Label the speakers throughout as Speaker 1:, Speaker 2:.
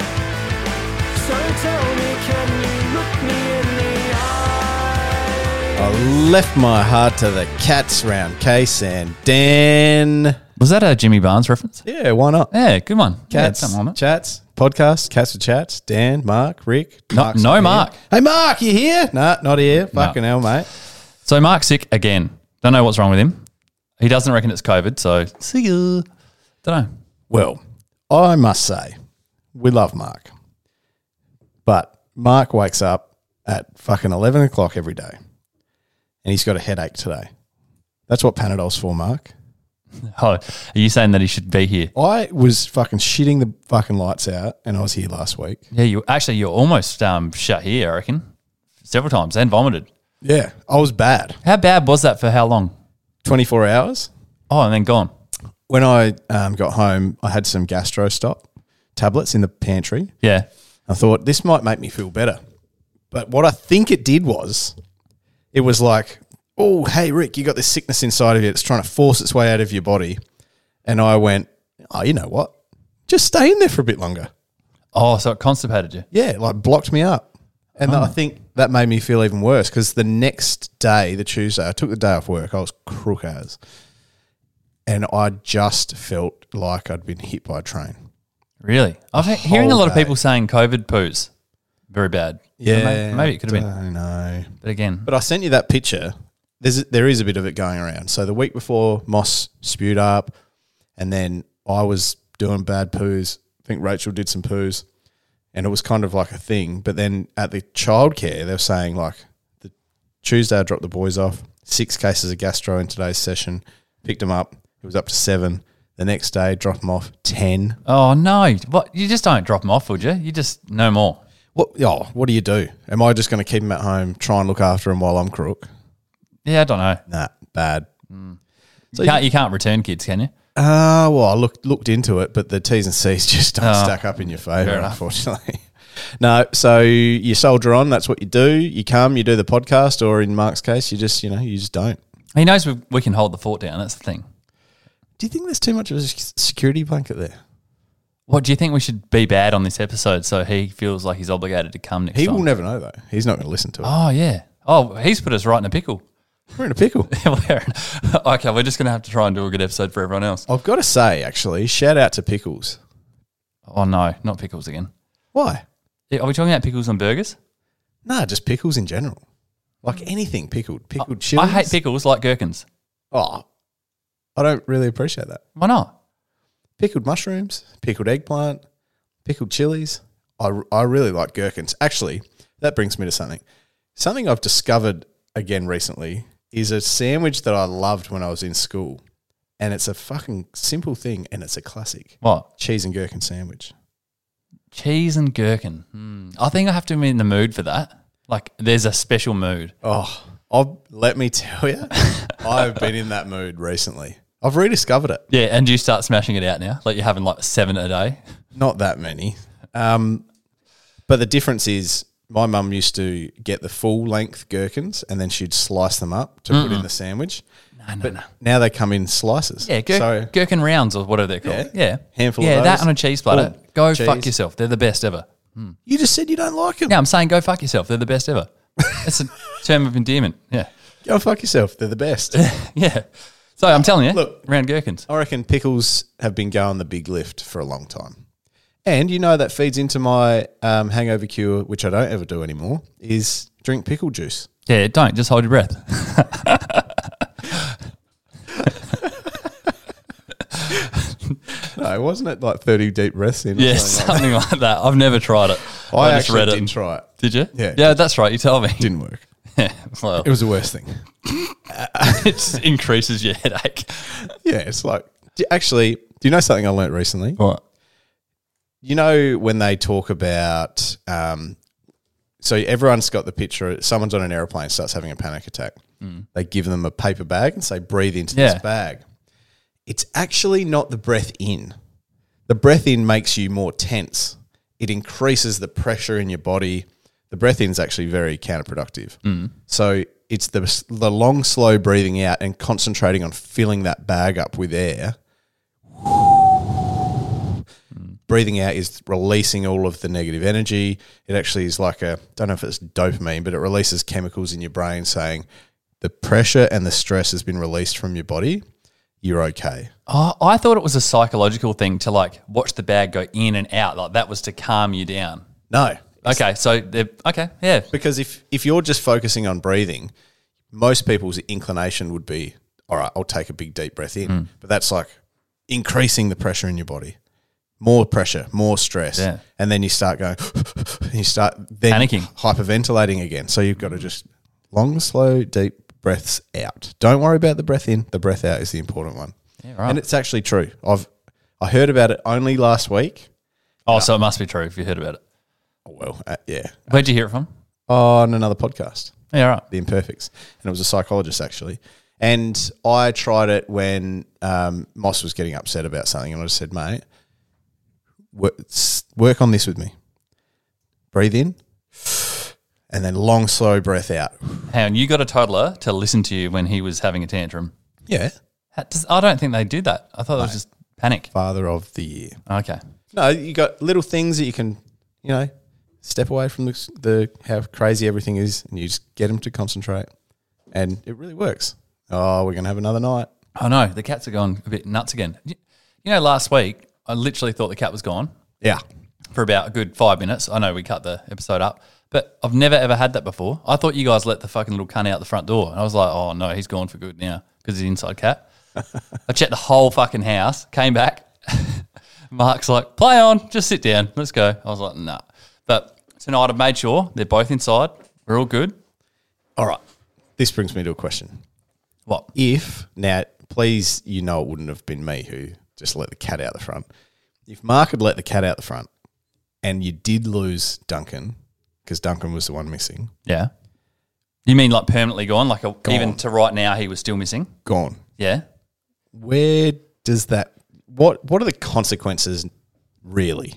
Speaker 1: So tell me, can you look me in the eye?
Speaker 2: I left my heart to the cats round case and Dan.
Speaker 3: Was that a Jimmy Barnes reference?
Speaker 2: Yeah, why not?
Speaker 3: Yeah, good one. Yeah,
Speaker 2: Cats,
Speaker 3: something on it.
Speaker 2: chats, podcast, cats with chats. Dan, Mark, Rick.
Speaker 3: No-
Speaker 2: Mark's
Speaker 3: no
Speaker 2: not here.
Speaker 3: Mark.
Speaker 2: Hey, Mark, you here? Nah, not here. Fucking hell, mate.
Speaker 3: So Mark's sick again. Don't know what's wrong with him. He doesn't reckon it's COVID. So see you. Don't know.
Speaker 2: Well, I must say, we love Mark, but Mark wakes up at fucking eleven o'clock every day, and he's got a headache today. That's what Panadol's for, Mark.
Speaker 3: Oh, are you saying that he should be here?
Speaker 2: I was fucking shitting the fucking lights out, and I was here last week.
Speaker 3: Yeah, you actually you're almost um, shut here. I reckon several times and vomited.
Speaker 2: Yeah, I was bad.
Speaker 3: How bad was that for how long?
Speaker 2: 24 hours.
Speaker 3: Oh, and then gone.
Speaker 2: When I um, got home, I had some gastro stop tablets in the pantry.
Speaker 3: Yeah,
Speaker 2: I thought this might make me feel better. But what I think it did was it was like, oh, hey, Rick, you got this sickness inside of you. It's trying to force its way out of your body. And I went, oh, you know what? Just stay in there for a bit longer.
Speaker 3: Oh, so it constipated you.
Speaker 2: Yeah, like blocked me up. And
Speaker 3: Oh.
Speaker 2: I think that made me feel even worse because the next day, the Tuesday, I took the day off work. I was crook as. And I just felt like I'd been hit by a train.
Speaker 3: Really? I'm he- hearing a
Speaker 2: whole
Speaker 3: lot of
Speaker 2: day.
Speaker 3: people saying COVID poos. Very bad. May- Maybe, it could have
Speaker 2: I
Speaker 3: been.
Speaker 2: don't know.
Speaker 3: But again,
Speaker 2: But I sent you that picture. There's there is a bit of it going around. So the week before, Moss spewed up, and then I was doing bad poos. I think Rachel did some poos, and it was kind of like a thing. But then at the childcare, they were saying like the Tuesday I dropped the boys off. Six cases of gastro in today's session. Picked them up. It was up to seven. The next day, dropped them off ten.
Speaker 3: oh no! What you just don't drop them off, would you? You just no more.
Speaker 2: What? Oh, what do you do? Am I just going to keep them at home, try and look after them while I'm crook?
Speaker 3: Yeah, I don't know.
Speaker 2: Nah, bad.
Speaker 3: you can't you can't return kids, can you?
Speaker 2: Uh, well, I looked looked into it, but the T's and C's just don't
Speaker 3: Oh,
Speaker 2: stack up in your favour,
Speaker 3: fair enough.
Speaker 2: unfortunately. no, so you soldier on. That's what you do. You come, you do the podcast, or in Mark's case, you just you know you just don't.
Speaker 3: He knows we, we can hold the fort down. That's the thing.
Speaker 2: Do you think there's too much of a sec- security blanket there?
Speaker 3: What do you think we should be bad on this episode so he feels like he's obligated to come next
Speaker 2: He
Speaker 3: time?
Speaker 2: will never know though. He's not going to listen to it.
Speaker 3: oh yeah. Oh, he's put us right in a pickle.
Speaker 2: We're in a pickle.
Speaker 3: We're- okay, we're just gonna have to try and do a good episode for everyone else.
Speaker 2: I've got to say, actually, shout out to pickles.
Speaker 3: Oh no, not pickles again.
Speaker 2: Why?
Speaker 3: Yeah, Are we talking about pickles and burgers?
Speaker 2: Nah, just pickles in general. Like anything pickled, pickled chili.
Speaker 3: I hate pickles like gherkins.
Speaker 2: Oh, I don't really appreciate that.
Speaker 3: Why not?
Speaker 2: pickled mushrooms, pickled eggplant, pickled chilies. I, I really like gherkins. Actually, that brings me to something. Something I've discovered again recently is a sandwich that I loved when I was in school. And it's a fucking simple thing and it's a classic
Speaker 3: What?
Speaker 2: cheese and gherkin sandwich.
Speaker 3: Cheese and gherkin. Hmm. I think I have to be in the mood for that. Like, there's a special mood.
Speaker 2: Oh, I've, let me tell you, I've been in that mood recently. I've rediscovered it.
Speaker 3: Yeah, and you start smashing it out now. Like you're having like seven a day.
Speaker 2: Not that many. Um, But the difference is my mum used to get the full length gherkins and then she'd slice them up to put in the sandwich. No, no, but now they come in slices.
Speaker 3: Yeah, gir-
Speaker 2: so
Speaker 3: gherkin rounds or whatever they're called. Yeah,
Speaker 2: Yeah. Handful of
Speaker 3: Yeah, that
Speaker 2: those.
Speaker 3: on a cheese platter.
Speaker 2: Boom.
Speaker 3: Go fuck
Speaker 2: Cheese.
Speaker 3: yourself. They're the best ever.
Speaker 2: you just said you don't like them.
Speaker 3: Yeah, I'm saying go fuck yourself. They're the best ever. That's a term of endearment. Yeah,
Speaker 2: Go fuck yourself. They're the best.
Speaker 3: yeah. So I'm telling you,
Speaker 2: Look.
Speaker 3: round gherkins.
Speaker 2: I reckon pickles have been going the big lift for a long time. And you know that feeds into my um, hangover cure, which I don't ever do anymore, is drink pickle juice.
Speaker 3: Yeah, don't just hold your breath.
Speaker 2: No, wasn't it like 30 deep breaths in? or
Speaker 3: Yeah,
Speaker 2: something
Speaker 3: something like that. I've never tried it. I,
Speaker 2: like that? I,
Speaker 3: just
Speaker 2: actually
Speaker 3: read it.
Speaker 2: did
Speaker 3: and-
Speaker 2: try it.
Speaker 3: Did you?
Speaker 2: Yeah.
Speaker 3: Yeah, that's right. You told me.
Speaker 2: Didn't work.
Speaker 3: well,
Speaker 2: It was the worst thing.
Speaker 3: it just increases your headache.
Speaker 2: Yeah, it's like d- actually, do you know something I learnt recently?
Speaker 3: What?
Speaker 2: You know when they talk about um, so everyone's got the picture. Someone's on an airplane, starts having a panic attack. They give them a paper bag and say, "Breathe into
Speaker 3: Yeah.
Speaker 2: this bag." It's actually not the breath in. The breath in makes you more tense. It increases the pressure in your body. The breath in is actually very counterproductive. So it's the the long, slow breathing out and concentrating on filling that bag up with air. Breathing out is releasing all of the negative energy. It actually is like a don't know if it's dopamine, but it releases chemicals in your brain saying the pressure and the stress has been released from your body. You're okay.
Speaker 3: Oh, I thought it was a psychological thing to like watch the bag go in and out. Like that was to calm you down.
Speaker 2: No,
Speaker 3: Okay, so they're okay. Yeah,
Speaker 2: Because if if you're just focusing on breathing, most people's inclination would be, all right, I'll take a big deep breath in.
Speaker 3: Mm.
Speaker 2: But that's like increasing the pressure in your body. More pressure, more stress.
Speaker 3: Yeah.
Speaker 2: And then you start going and you start then
Speaker 3: Panicking.
Speaker 2: hyperventilating again. So you've got to just long, slow, deep breaths out. Don't worry about the breath in. The breath out is the important one.
Speaker 3: right.
Speaker 2: And it's actually true. I've I heard about it only last week.
Speaker 3: Oh, so it must be true if you heard about it.
Speaker 2: Oh, well, uh, yeah.
Speaker 3: Where'd you hear it from?
Speaker 2: On another podcast.
Speaker 3: Yeah, right.
Speaker 2: the imperfects and it was a psychologist actually and i tried it when um, moss was getting upset about something and i just said mate work, s- work on this with me breathe in and then long slow breath out
Speaker 3: Hang on, you got a toddler to listen to you when he was having a tantrum.
Speaker 2: yeah
Speaker 3: How- does- I don't think they do that. I thought it was just panic.
Speaker 2: father of the year
Speaker 3: Okay.
Speaker 2: no you got little things that you can you know step away from the, s- the how crazy everything is and you just get them to concentrate and it really works oh we're going to have another night
Speaker 3: Oh no, the cats are gone a bit nuts again. You you know, last week I literally thought the cat was gone
Speaker 2: yeah
Speaker 3: for about a good five minutes. I know we cut the episode up, but I've never ever had that before. I thought you guys let the fucking little cunt out the front door, and I was like, oh no, he's gone for good now because he's an inside cat. I checked the whole fucking house, came back. Mark's like, play on, just sit down, let's go. I was like, nah. But tonight I've made sure they're both inside. We're all good.
Speaker 2: all right this brings me to a question
Speaker 3: What?
Speaker 2: if now please you know it wouldn't have been me who just let the cat out the front if mark had let the cat out the front and you did lose duncan because duncan was the one missing
Speaker 3: Yeah. You mean like permanently gone? Like a, even to right now, he was still missing.
Speaker 2: gone
Speaker 3: Yeah.
Speaker 2: where does that what what are the consequences really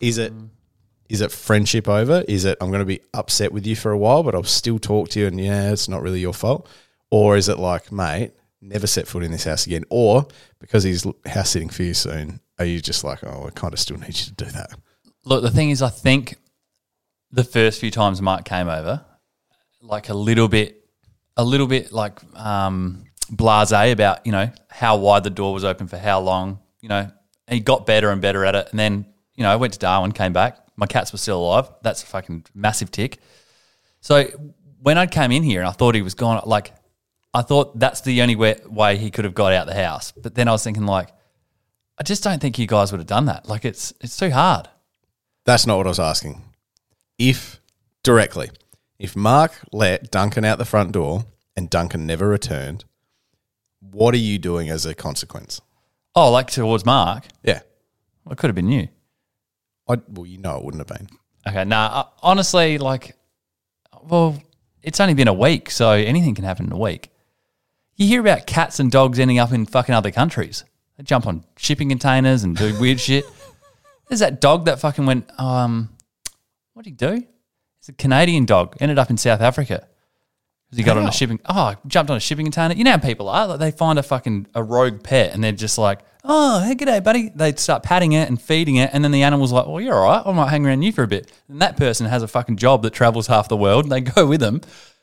Speaker 2: is it is it friendship over is it i'm going to be upset with you for a while but i'll still talk to you and yeah it's not really your fault or is it like mate never set foot in this house again or because he's l- house sitting for you soon are you just like oh i kind of still need you to do that
Speaker 3: Look, the thing is, I think the first few times Mark came over, like a little bit, a little bit like um, blasé about you know how wide the door was open for how long. You know, and he got better and better at it, and then you know I went to Darwin, came back, my cats were still alive. That's a fucking massive tick. So when I came in here and I thought he was gone, like I thought that's the only way, way he could have got out the house. But then I was thinking like. I just don't think you guys would have done that. Like it's it's too hard.
Speaker 2: that's not what i was asking if directly if mark let duncan out the front door and duncan never returned what are you doing as a consequence
Speaker 3: Oh, like towards Mark.
Speaker 2: yeah
Speaker 3: Well, it could have been you.
Speaker 2: I well, you know, it wouldn't have been.
Speaker 3: Okay, nah. I, honestly, like, well, it's only been a week, so anything can happen in a week. You hear about cats and dogs ending up in fucking other countries. They jump on shipping containers and do weird shit. There's that dog that fucking went. Um, What did he do? He's a Canadian dog. Ended up in South Africa. 'Cause He got on
Speaker 2: How?
Speaker 3: a shipping. Oh, jumped on a shipping container. You know how people are. Like they find a fucking a rogue pet and they're just like, oh, hey, g'day, buddy. They start patting it and feeding it, and then the animal's like, well, you're all right. I might hang around you for a bit. And that person has a fucking job that travels half the world. And they go with them,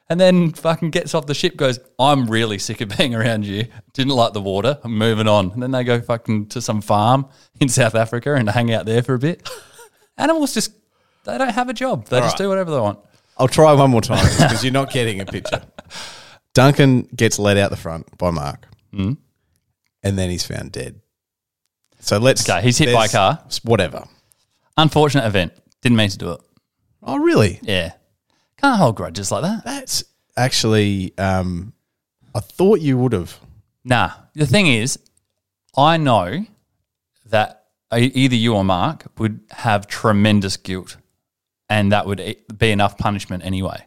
Speaker 3: and then fucking gets off the ship. Goes, I'm really sick of being around you. Didn't like the water. I'm moving on. And then they go fucking to some farm in South Africa and hang out there for a bit. Animals just they don't have a job. They just
Speaker 2: right.
Speaker 3: do whatever they want.
Speaker 2: I'll try one more time because you're not getting a picture. Duncan gets let out the front by Mark,
Speaker 3: Mm.
Speaker 2: and then he's found dead. So let's.
Speaker 3: Okay, he's hit by a
Speaker 2: there's-
Speaker 3: car.
Speaker 2: Whatever.
Speaker 3: Unfortunate event. Didn't mean to do it.
Speaker 2: Oh, really?
Speaker 3: Yeah. Can't hold grudges like that.
Speaker 2: That's actually. Um, I thought you would have.
Speaker 3: Nah. The thing is, I know that e- either you or Mark would have tremendous guilt and that would e- be enough punishment anyway.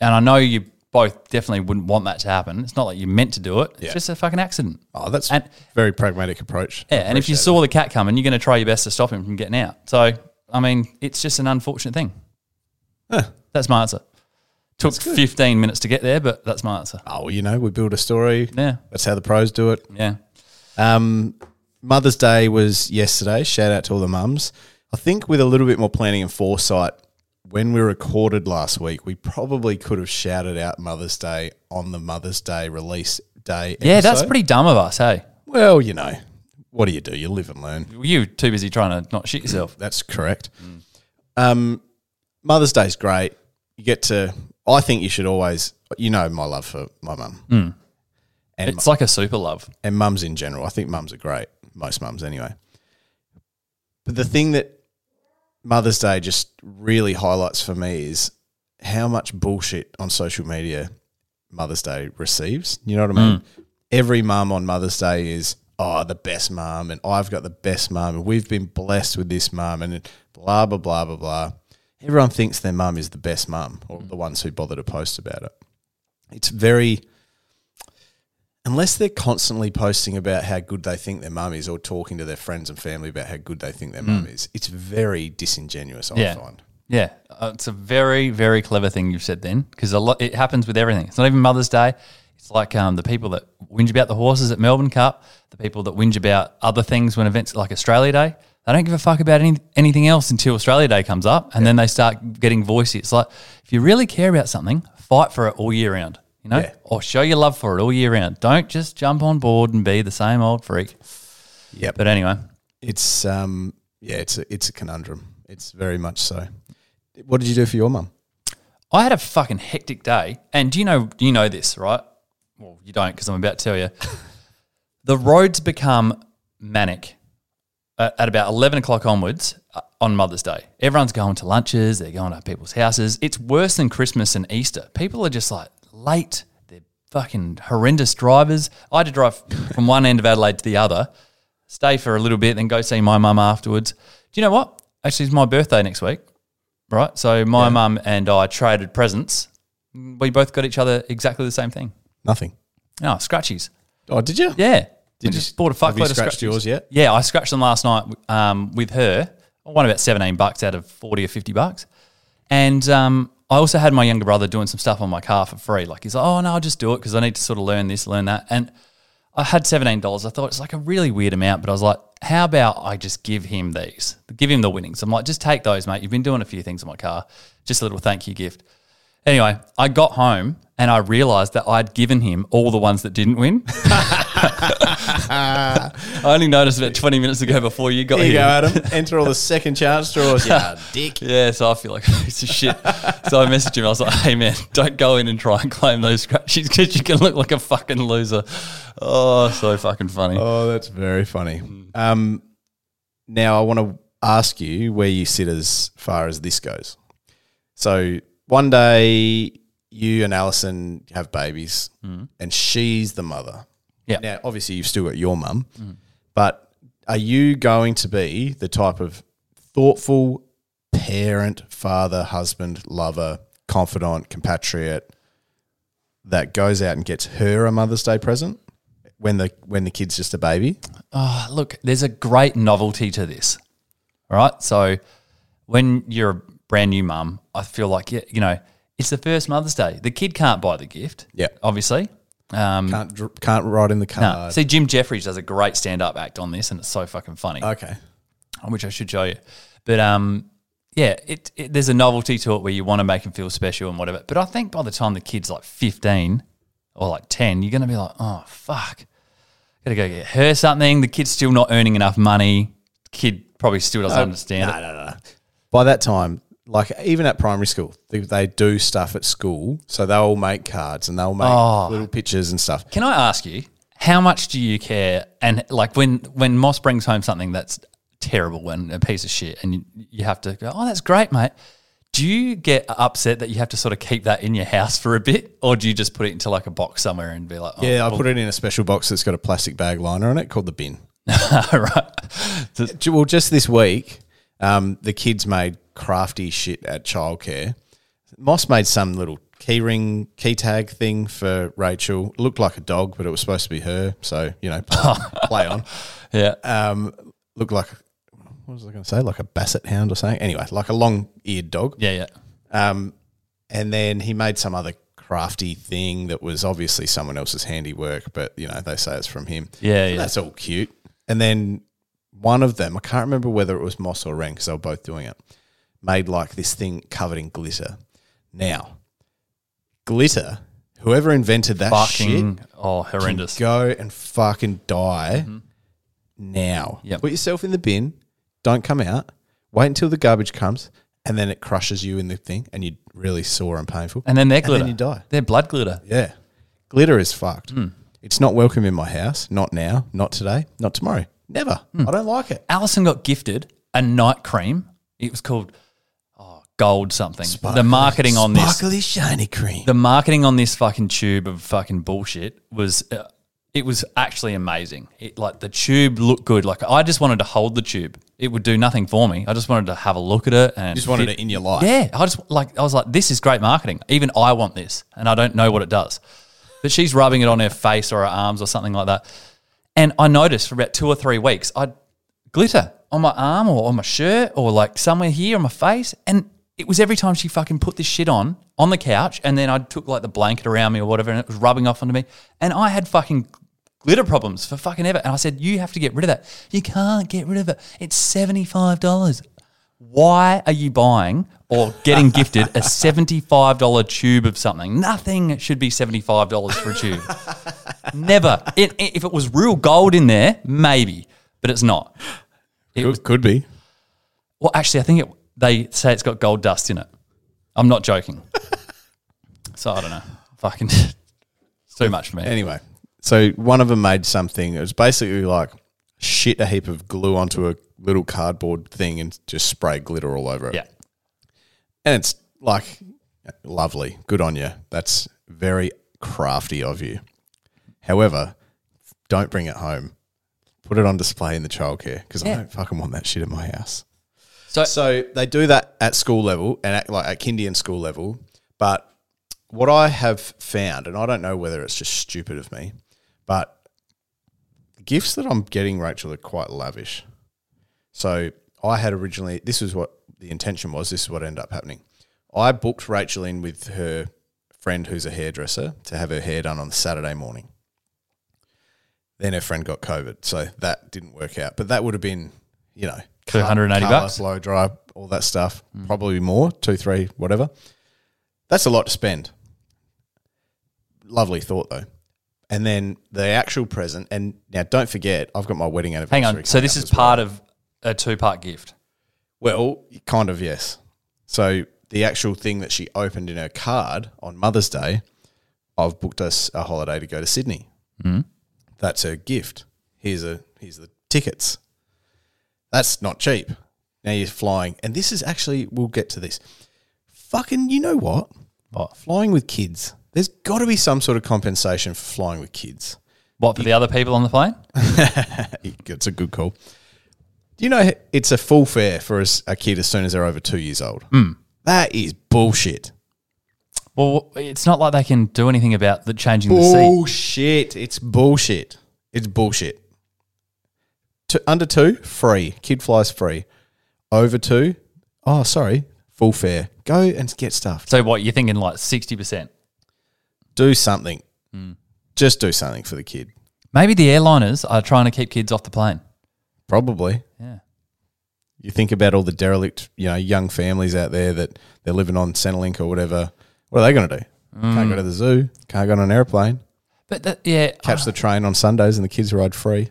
Speaker 3: And I know you both definitely wouldn't want that to happen. It's not like you meant to do it. It's
Speaker 2: Yeah.
Speaker 3: just a fucking accident.
Speaker 2: Oh, that's
Speaker 3: And-
Speaker 2: very pragmatic approach.
Speaker 3: Yeah, and if you saw the cat coming, you're going to try your best to stop him from getting out. So, I mean, it's just an unfortunate thing. That's my answer. Took 15 minutes to get there, but that's my answer.
Speaker 2: Oh, you know, we build a story.
Speaker 3: Yeah,
Speaker 2: That's how the pros do it.
Speaker 3: yeah.
Speaker 2: Um, Mother's Day was yesterday. Shout out to all the mums. I think with a little bit more planning and foresight, when we recorded last week, we probably could have shouted out Mother's Day on the Mother's Day release day.
Speaker 3: Yeah, that's
Speaker 2: episode.
Speaker 3: pretty dumb of us, hey?
Speaker 2: Well, you know, what do you do? You live and learn.
Speaker 3: You too busy trying to not shit yourself.
Speaker 2: That's correct.
Speaker 3: Mm.
Speaker 2: Um, Mother's Day's great. You get to. I think you should always. You know my love for my mum. And
Speaker 3: It's like a super love.
Speaker 2: and mums in general. I think mums are great, most mums anyway. But the thing that Mother's Day just really highlights for me is how much bullshit on social media Mother's Day receives. You know what I mean?
Speaker 3: Mm.
Speaker 2: Every mum on Mother's Day is, oh, the best mum, and I've got the best mum, and we've been blessed with this mum, and blah, blah, blah, blah, blah. Everyone thinks their mum is the best mum or the ones who bother to post about it. It's very unless they're constantly posting about how good they think their mum is or talking to their friends and family about how good they think their mum is, it's very disingenuous, I
Speaker 3: Mm. Yeah.
Speaker 2: find.
Speaker 3: Yeah, uh, it's a very, very clever thing you've said then, because a lot it happens with everything. It's not even Mother's Day. It's like um, the people that whinge about the horses at Melbourne Cup, the people that whinge about other things when events like Australia Day. They don't give a fuck about any, anything else until Australia Day comes up, and then they start getting voicey. It's like if you really care about something, fight for it all year round, you know,
Speaker 2: Yeah.
Speaker 3: or show your love for it all year round. Don't just jump on board and be the same old freak.
Speaker 2: Yep.
Speaker 3: But anyway,
Speaker 2: It's um yeah, it's a it's a conundrum. It's very much so. What did you do for your mum?
Speaker 3: I had a fucking hectic day, and do you know do you know this, right? Well, you don't because I'm about to tell you. the roads become manic at, at about eleven o'clock onwards uh, on Mother's Day. Everyone's going to lunches, they're going to people's houses. It's worse than Christmas and Easter. People are just like late. They're fucking horrendous drivers. I had to drive from one end of Adelaide to the other, stay for a little bit, then go see my mum afterwards. Do you know what? Actually, it's my birthday next week right? So my mum and I traded presents. We both got each other exactly the same thing.
Speaker 2: Nothing.
Speaker 3: Oh, scratchies.
Speaker 2: Oh, did you?
Speaker 3: Yeah.
Speaker 2: Did
Speaker 3: we
Speaker 2: you-
Speaker 3: just bought a
Speaker 2: have you
Speaker 3: fuckload of
Speaker 2: scratched
Speaker 3: scratchies.
Speaker 2: yours yet?
Speaker 3: Yeah, I scratched them last night um, with her. I won about 17 bucks out of 40 or 50 bucks. And um, I also had my younger brother doing some stuff on my car for free. Like he's like, oh, no, I'll just do it because I need to sort of learn this, learn that. And I had $17. I thought it's like a really weird amount, but I was like, how about I just give him these? Give him the winnings. I'm like, just take those, mate. You've been doing a few things on my car. Just a little thank you gift. Anyway, I got home and I realized that I'd given him all the ones that didn't win. I only noticed about 20 minutes ago before you got
Speaker 2: There you
Speaker 3: here.
Speaker 2: go, Adam. Enter all the second chance draws. Yeah, dick.
Speaker 3: Yeah, so I feel like a piece of shit. so I messaged him. I was like, "Hey man, don't go in and try and claim those scratches because you can look like a fucking loser." Oh, so fucking funny.
Speaker 2: Oh, that's very funny. Um, now I want to ask you where you sit as far as this goes. So one day you and Alison have babies, and she's the mother.
Speaker 3: Mm. Yeah. Mm.
Speaker 2: Now, obviously, you've still got your mum, but are you going to be the type of thoughtful parent, father, husband, lover, confidant, compatriot that goes out and gets her a Mother's Day present? when the when the kid's just a baby.
Speaker 3: Oh, look, there's a great novelty to this. All right, so when you're brand new mum, I feel like yeah, you know, it's the first Mother's Day. The kid can't buy the gift.
Speaker 2: Yeah.
Speaker 3: obviously. Um,
Speaker 2: Can't dr- can't ride in the
Speaker 3: no.
Speaker 2: car.
Speaker 3: See, Jim Jeffries does a great stand-up act on this, and it's so fucking funny
Speaker 2: Okay.
Speaker 3: which I should show you. But um, yeah, it, it there's a novelty to it where you want to make them feel special and whatever. But I think by the time the kid's like 15 or like 10, you're going to be like, oh fuck, gotta go get her something. The kid's still not earning enough money. Kid probably still doesn't understand it.
Speaker 2: By that time, like even at primary school, they, they do stuff at school. So they'll make cards and they'll make little pictures and stuff.
Speaker 3: Oh. Can I ask you, how much do you care? And like when when Moss brings home something that's terrible and a piece of shit, and you, you have to go, oh, that's great, mate. Do you get upset that you have to sort of keep that in your house for a bit, or do you just put it into like a box somewhere and be like, oh,
Speaker 2: Yeah, I put it in a special box that's got a plastic bag liner on it called the bin.
Speaker 3: right, Just-
Speaker 2: Ju- Well, just this week, um, the kids made crafty shit at childcare. Moss made some little key ring, key tag thing for Rachel. Looked like a dog, but it was supposed to be her. So, you know, play, play on.
Speaker 3: yeah,
Speaker 2: Uh, Looked like, what was I going to say? Like a basset hound or something. Anyway, like a long eared dog.
Speaker 3: yeah, yeah.
Speaker 2: Um, and then he made some other crafty thing that was obviously someone else's handiwork, but you know they say it's from him.
Speaker 3: Yeah,
Speaker 2: So
Speaker 3: yeah.
Speaker 2: that's all cute. And then one of them, I can't remember whether it was Moss or Ren because they were both doing it, made like this thing covered in glitter. Now, glitter. Whoever invented that shit
Speaker 3: Fucking oh,
Speaker 2: can
Speaker 3: horrendous. Mm-hmm.
Speaker 2: Go and fucking die now.
Speaker 3: Yep.
Speaker 2: Put yourself in the bin. Don't come out. Wait until the garbage comes, and then it crushes you in the thing, and you're really sore and painful.
Speaker 3: And then they're
Speaker 2: And then
Speaker 3: glitter.
Speaker 2: you die.
Speaker 3: They're blood glitter.
Speaker 2: yeah, glitter is fucked.
Speaker 3: Hmm.
Speaker 2: It's not welcome in my house. Not now. Not today. Not tomorrow. Never.
Speaker 3: Hmm.
Speaker 2: I don't like it.
Speaker 3: Alison got gifted a night cream. It was called oh, gold something. the
Speaker 2: Sparkly-
Speaker 3: marketing on this
Speaker 2: sparkly shiny cream.
Speaker 3: the marketing on this fucking tube of fucking bullshit was uh, it was actually amazing it like the tube looked good like i just wanted to hold the tube it would do nothing for me i just wanted to have a look at it and
Speaker 2: you just wanted it in your life.
Speaker 3: yeah i just like i was like this is great marketing even i want this and i don't know what it does but she's rubbing it on her face or her arms or something like that and i noticed for about two or three weeks i'd glitter on my arm or on my shirt or like somewhere here on my face. And it was every time she fucking put this shit on on the couch and then I took like the blanket around me or whatever and it was rubbing off onto me. And I had fucking glitter problems for fucking ever. And I said, You have to get rid of that. You can't get rid of it. It's $75. Why are you buying or getting gifted a $75 tube of something? Nothing should be $75 for a tube. Never. It, it- if it was real gold in there, maybe, but it's not.
Speaker 2: It could, could be.
Speaker 3: Well, actually, I think it, they say it's got gold dust in it. I'm not joking. so I don't know. Fucking it's too much for me.
Speaker 2: Anyway, so one of them made something. It was basically like shit a heap of glue onto a little cardboard thing and just spray glitter all over it.
Speaker 3: yeah.
Speaker 2: And it's like lovely. Good on you. That's very crafty of you. However, don't bring it home. Put it on display in the childcare because I don't fucking want that shit in my house.
Speaker 3: So-
Speaker 2: so they do that at school level and at, like at kindy and school level. But what I have found, and I don't know whether it's just stupid of me, but the gifts that I'm getting Rachel are quite lavish. So I had originally, this is what the intention was, this is what ended up happening. I booked Rachel in with her friend who's a hairdresser to have her hair done on Saturday morning. Then her friend got COVID, so that didn't work out. But that would have been, you know, cut,
Speaker 3: 280
Speaker 2: colour,
Speaker 3: bucks?
Speaker 2: blow dry, all that stuff, probably more, two, three, whatever. That's a lot to spend. Lovely thought though. And then the actual present, and now don't forget, I've got my wedding anniversary.
Speaker 3: Hang on. So
Speaker 2: coming
Speaker 3: this
Speaker 2: up
Speaker 3: is
Speaker 2: as well.
Speaker 3: part of a two part gift.
Speaker 2: Well, kind of, yes. So the actual thing that she opened in her card on Mother's Day, I've booked us a holiday to go to Sydney.
Speaker 3: Mm-hmm.
Speaker 2: Mm. That's her gift. Here's a here's the tickets. That's not cheap. Now you're flying, and this is actually we'll get to this. Fucking, you know what?
Speaker 3: What?
Speaker 2: Flying with kids. There's got to be some sort of compensation for flying with kids.
Speaker 3: What for the other people on the plane?
Speaker 2: It's a good call. Do you know it's a full fare for a, s- a kid as soon as they're over two years old?
Speaker 3: Hmm.
Speaker 2: That is bullshit.
Speaker 3: Well, it's not like they can do anything about the changing the seat.
Speaker 2: Bullshit. It's bullshit. It's bullshit. To, under two, free. Kid flies free. Over two, oh, sorry, full fare. Go and get stuff.
Speaker 3: So what you're thinking like sixty percent?
Speaker 2: Do something.
Speaker 3: Hmm.
Speaker 2: Just do something for the kid.
Speaker 3: Maybe the airliners are trying to keep kids off the plane.
Speaker 2: Probably.
Speaker 3: Yeah.
Speaker 2: You think about all the derelict, you know, young families out there that they're living on Centrelink or whatever. What are they going to do? Can't go to the zoo. Can't go on an airplane.
Speaker 3: But that, yeah,
Speaker 2: Catch the train on Sundays and the kids ride free.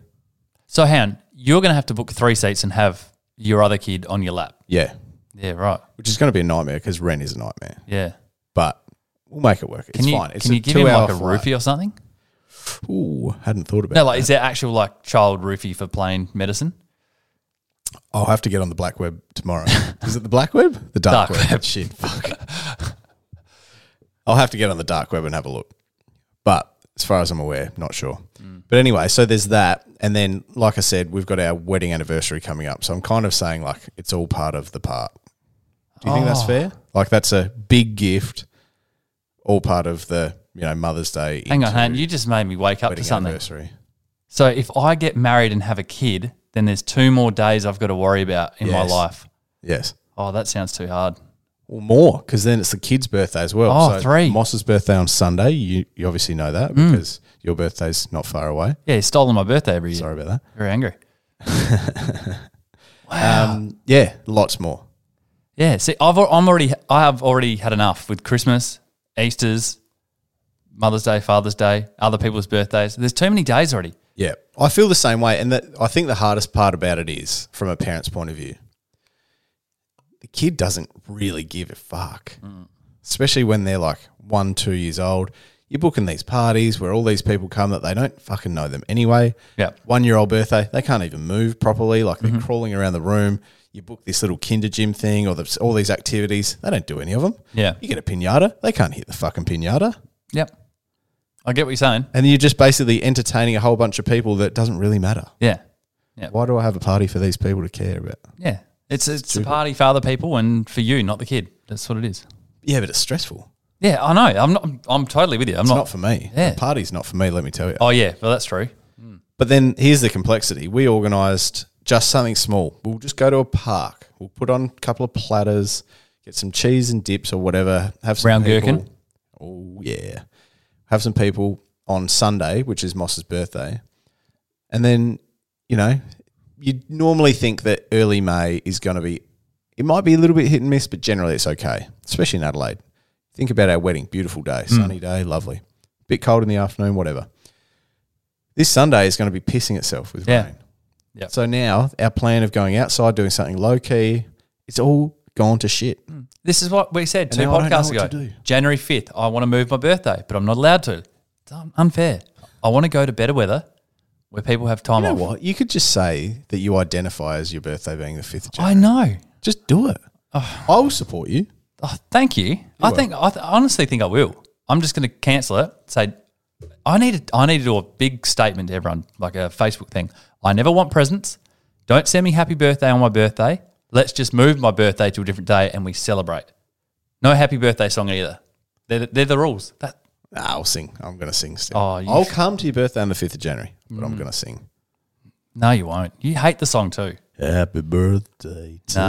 Speaker 3: So, Han, you're going to have to book three seats and have your other kid on your lap.
Speaker 2: Yeah,
Speaker 3: Yeah, right.
Speaker 2: which is going to be a nightmare because rent is a nightmare.
Speaker 3: Yeah.
Speaker 2: But we'll make it work.
Speaker 3: Can
Speaker 2: it's
Speaker 3: you
Speaker 2: fine. It's
Speaker 3: can
Speaker 2: a
Speaker 3: you give him
Speaker 2: two-hour
Speaker 3: like a
Speaker 2: flight.
Speaker 3: roofie or something?
Speaker 2: Ooh, hadn't thought about.
Speaker 3: No,
Speaker 2: it.
Speaker 3: like is there actual like child roofie for plane medicine?
Speaker 2: I'll have to get on the black web tomorrow. Is it the black web? The dark,
Speaker 3: Dark
Speaker 2: web.
Speaker 3: web.
Speaker 2: Shit, fuck. I'll have to get on the dark web and have a look. But as far as I'm aware, not sure.
Speaker 3: Mm.
Speaker 2: But anyway, so there's that. And then, like I said, we've got our wedding anniversary coming up. So I'm kind of saying, like, it's all part of the part. Do you think
Speaker 3: Oh.
Speaker 2: that's fair? Like, that's a big gift, all part of the, you know, Mother's Day.
Speaker 3: Hang on,
Speaker 2: into
Speaker 3: Han, you just made me wake up to
Speaker 2: wedding
Speaker 3: something.
Speaker 2: anniversary.
Speaker 3: So if I get married and have a kid, then there's two more days I've got to worry about in my
Speaker 2: Yes.
Speaker 3: life.
Speaker 2: Yes.
Speaker 3: Oh, that sounds too hard.
Speaker 2: Well, more because then it's the kid's birthday as well.
Speaker 3: Oh, three. Mm.
Speaker 2: Moss's birthday on Sunday. You you obviously know that because your birthday's not far away.
Speaker 3: Yeah, he's stolen my birthday every year.
Speaker 2: Sorry about that.
Speaker 3: Very angry.
Speaker 2: Um, yeah, lots more.
Speaker 3: Yeah. See, I've al- I'm already I have already had enough with Christmas, Easter's, Mother's Day, Father's Day, other people's birthdays. There's too many days already.
Speaker 2: Yeah, I feel the same way, and that I think the hardest part about it is from a parent's point of view. The kid doesn't really give a fuck, especially when they're like one, two years old. You're booking these parties where all these people come that they don't fucking know them anyway.
Speaker 3: Yep.
Speaker 2: one year old birthday, they can't even move properly. Like they're crawling around the room. You book this little kinder gym thing or the, all these activities. They don't do any of them.
Speaker 3: Yeah.
Speaker 2: You get a pinata, they can't hit the fucking pinata.
Speaker 3: Yep. I get what you're saying.
Speaker 2: And you're just basically entertaining a whole bunch of people that doesn't really matter.
Speaker 3: Yeah.
Speaker 2: Why do I have a party for these people to care about?
Speaker 3: Yeah. It's it's a party for other people and for you, not the kid. That's what it is.
Speaker 2: Yeah, but it's stressful.
Speaker 3: Yeah, I know. I'm not I'm totally with you. I'm
Speaker 2: It's
Speaker 3: not,
Speaker 2: not, for me.
Speaker 3: Yeah.
Speaker 2: The party's not for me, let me tell you.
Speaker 3: Oh yeah, well that's true.
Speaker 2: But then here's the complexity. We organised just something small. We'll just go to a park. We'll put on a couple of platters, get some cheese and dips or whatever. Have some
Speaker 3: Brown
Speaker 2: people-
Speaker 3: gherkin.
Speaker 2: Oh yeah. Have some people on Sunday, which is Moss's birthday. And then, you know, you'd normally think that early May is going to be, it might be a little bit hit and miss, but generally it's okay, especially in Adelaide. Think about our wedding, beautiful day,
Speaker 3: Hmm.
Speaker 2: sunny day, lovely. Bit cold in the afternoon, whatever. This Sunday is going to be pissing itself with
Speaker 3: Yeah.
Speaker 2: rain.
Speaker 3: Yep.
Speaker 2: So now our plan of going outside, doing something low key, it's all gone to shit.
Speaker 3: This is what we said two
Speaker 2: now I don't know
Speaker 3: podcasts
Speaker 2: what
Speaker 3: ago.
Speaker 2: to do.
Speaker 3: January fifth, I want to move my birthday, but I'm not allowed to. It's un- unfair. I want to go to better weather where people have time
Speaker 2: You know
Speaker 3: off.
Speaker 2: what? You could just say that you identify as your birthday being the 5th of January.
Speaker 3: I know.
Speaker 2: Just do it. I will support you.
Speaker 3: Oh, thank you. I think I th- honestly think I will. I'm just going to cancel it. Say, I need to, I need to do a big statement to everyone, like a Facebook thing. I never want presents. Don't send me happy birthday on my birthday. Let's just move my birthday to a different day and we celebrate. No happy birthday song either. They're, the- they're the rules. That
Speaker 2: Nah, Ah, I'll sing. I'm going to sing still.
Speaker 3: Oh, you- Mm.
Speaker 2: I'll come to your birthday on the 5th of January, but I'm going to sing.
Speaker 3: no, you won't. You hate the song too.
Speaker 2: Happy birthday to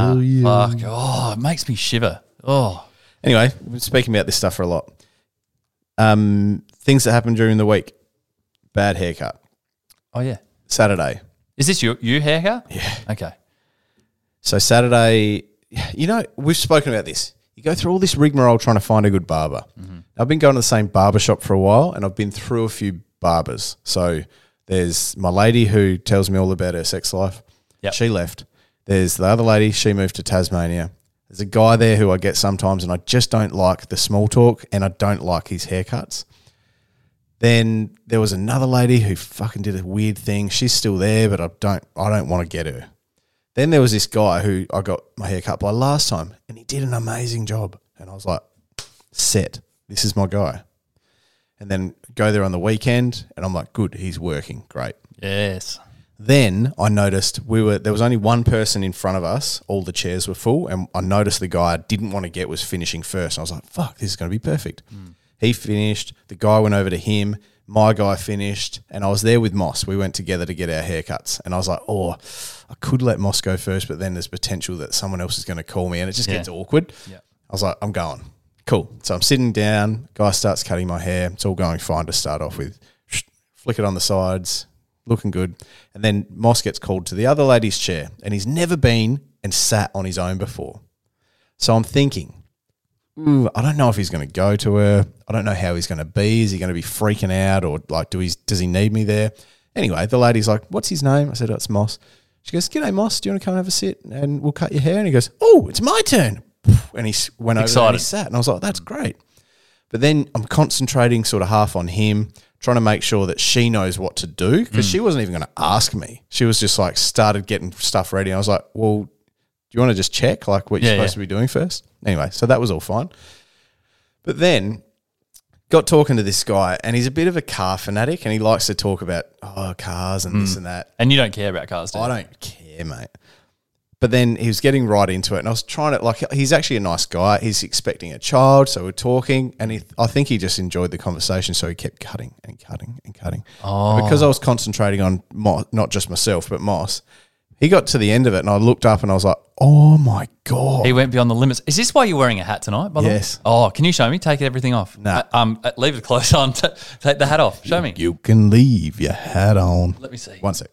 Speaker 3: Nah, fuck. Oh, it makes me shiver. Oh,
Speaker 2: Anyway, we've been speaking about this stuff for a lot. Um, things that happened during the week. Bad haircut.
Speaker 3: oh yeah.
Speaker 2: Saturday.
Speaker 3: Is this your you haircut? Yeah. Okay.
Speaker 2: So Saturday, you know, we've spoken about this. You go through all this rigmarole trying to find a good barber. I've been going to the same barber shop for a while, and I've been through a few barbers. So there's my lady who tells me all about her sex life.
Speaker 3: Yep.
Speaker 2: She left. There's the other lady. She moved to Tasmania. There's a guy there who I get sometimes, and I just don't like the small talk, and I don't like his haircuts. Then there was another lady who fucking did a weird thing. She's still there, but I don't. I don't want to get her. Then there was this guy who I got my hair cut by last time, and he did an amazing job. And I was like, set. This is my guy. And then go there on the weekend, and I'm like, good, he's working, great.
Speaker 3: Yes.
Speaker 2: Then I noticed we were there was only one person in front of us. All the chairs were full, and I noticed the guy I didn't want to get
Speaker 3: Hmm.
Speaker 2: was finishing first. And I was like, "Fuck, this is going to be perfect." He finished. The guy went over to him. My guy finished, and I was there with Moss. We went together to get our haircuts, and I was like, "Oh, I could let Moss go first, but then there's potential that someone else is going to call me, and it just
Speaker 3: Yeah.
Speaker 2: gets awkward."
Speaker 3: Yeah.
Speaker 2: I was like, "I'm going." Cool. So I'm sitting down. Guy starts cutting my hair. It's all going fine to start off with. Flick it on the sides, looking good, and then Moss gets called to the other lady's chair, and he's never been and sat on his own before. So I'm thinking, ooh, I don't know if he's going to go to her. I don't know how he's going to be. Is he going to be freaking out or like, do he, does he need me there? Anyway, the lady's like, what's his name? I said, oh, it's Moss. She goes, g'day, Moss. Do you want to come and have a sit and we'll cut your hair? And he goes, oh, it's my turn. And he s- went over there and
Speaker 3: Excited.
Speaker 2: he sat. And I was like, that's great. But then I'm concentrating sort of half on him, trying to make sure that she knows what to do because
Speaker 3: Mm.
Speaker 2: she wasn't even going to ask me. She was just like, started getting stuff ready. I was like, well, do you want to just check like what you're
Speaker 3: Yeah,
Speaker 2: supposed
Speaker 3: yeah.
Speaker 2: to be doing first? Anyway, so that was all fine. But then got talking to this guy, and he's a bit of a car fanatic, and he likes to talk about oh cars and
Speaker 3: Mm.
Speaker 2: this and that.
Speaker 3: And you don't care about cars, do you?
Speaker 2: I don't care, mate. But then he was getting right into it, and I was trying to like. He's actually a nice guy. He's expecting a child, so we're talking, and he, I think he just enjoyed the conversation, so he kept cutting and cutting and cutting. Oh, because I was concentrating on Mo- not just myself but Moss. He got to the end of it, and I looked up, and I was like, "Oh my god!"
Speaker 3: He went beyond the limits. Is this why you're wearing a hat tonight? By the
Speaker 2: Yes.
Speaker 3: Way? Oh, can you show me? Take everything off. No. um, uh, leave the clothes on. T- take the hat off. Show me.
Speaker 2: You can leave your hat on.
Speaker 3: Let me see.
Speaker 2: One sec.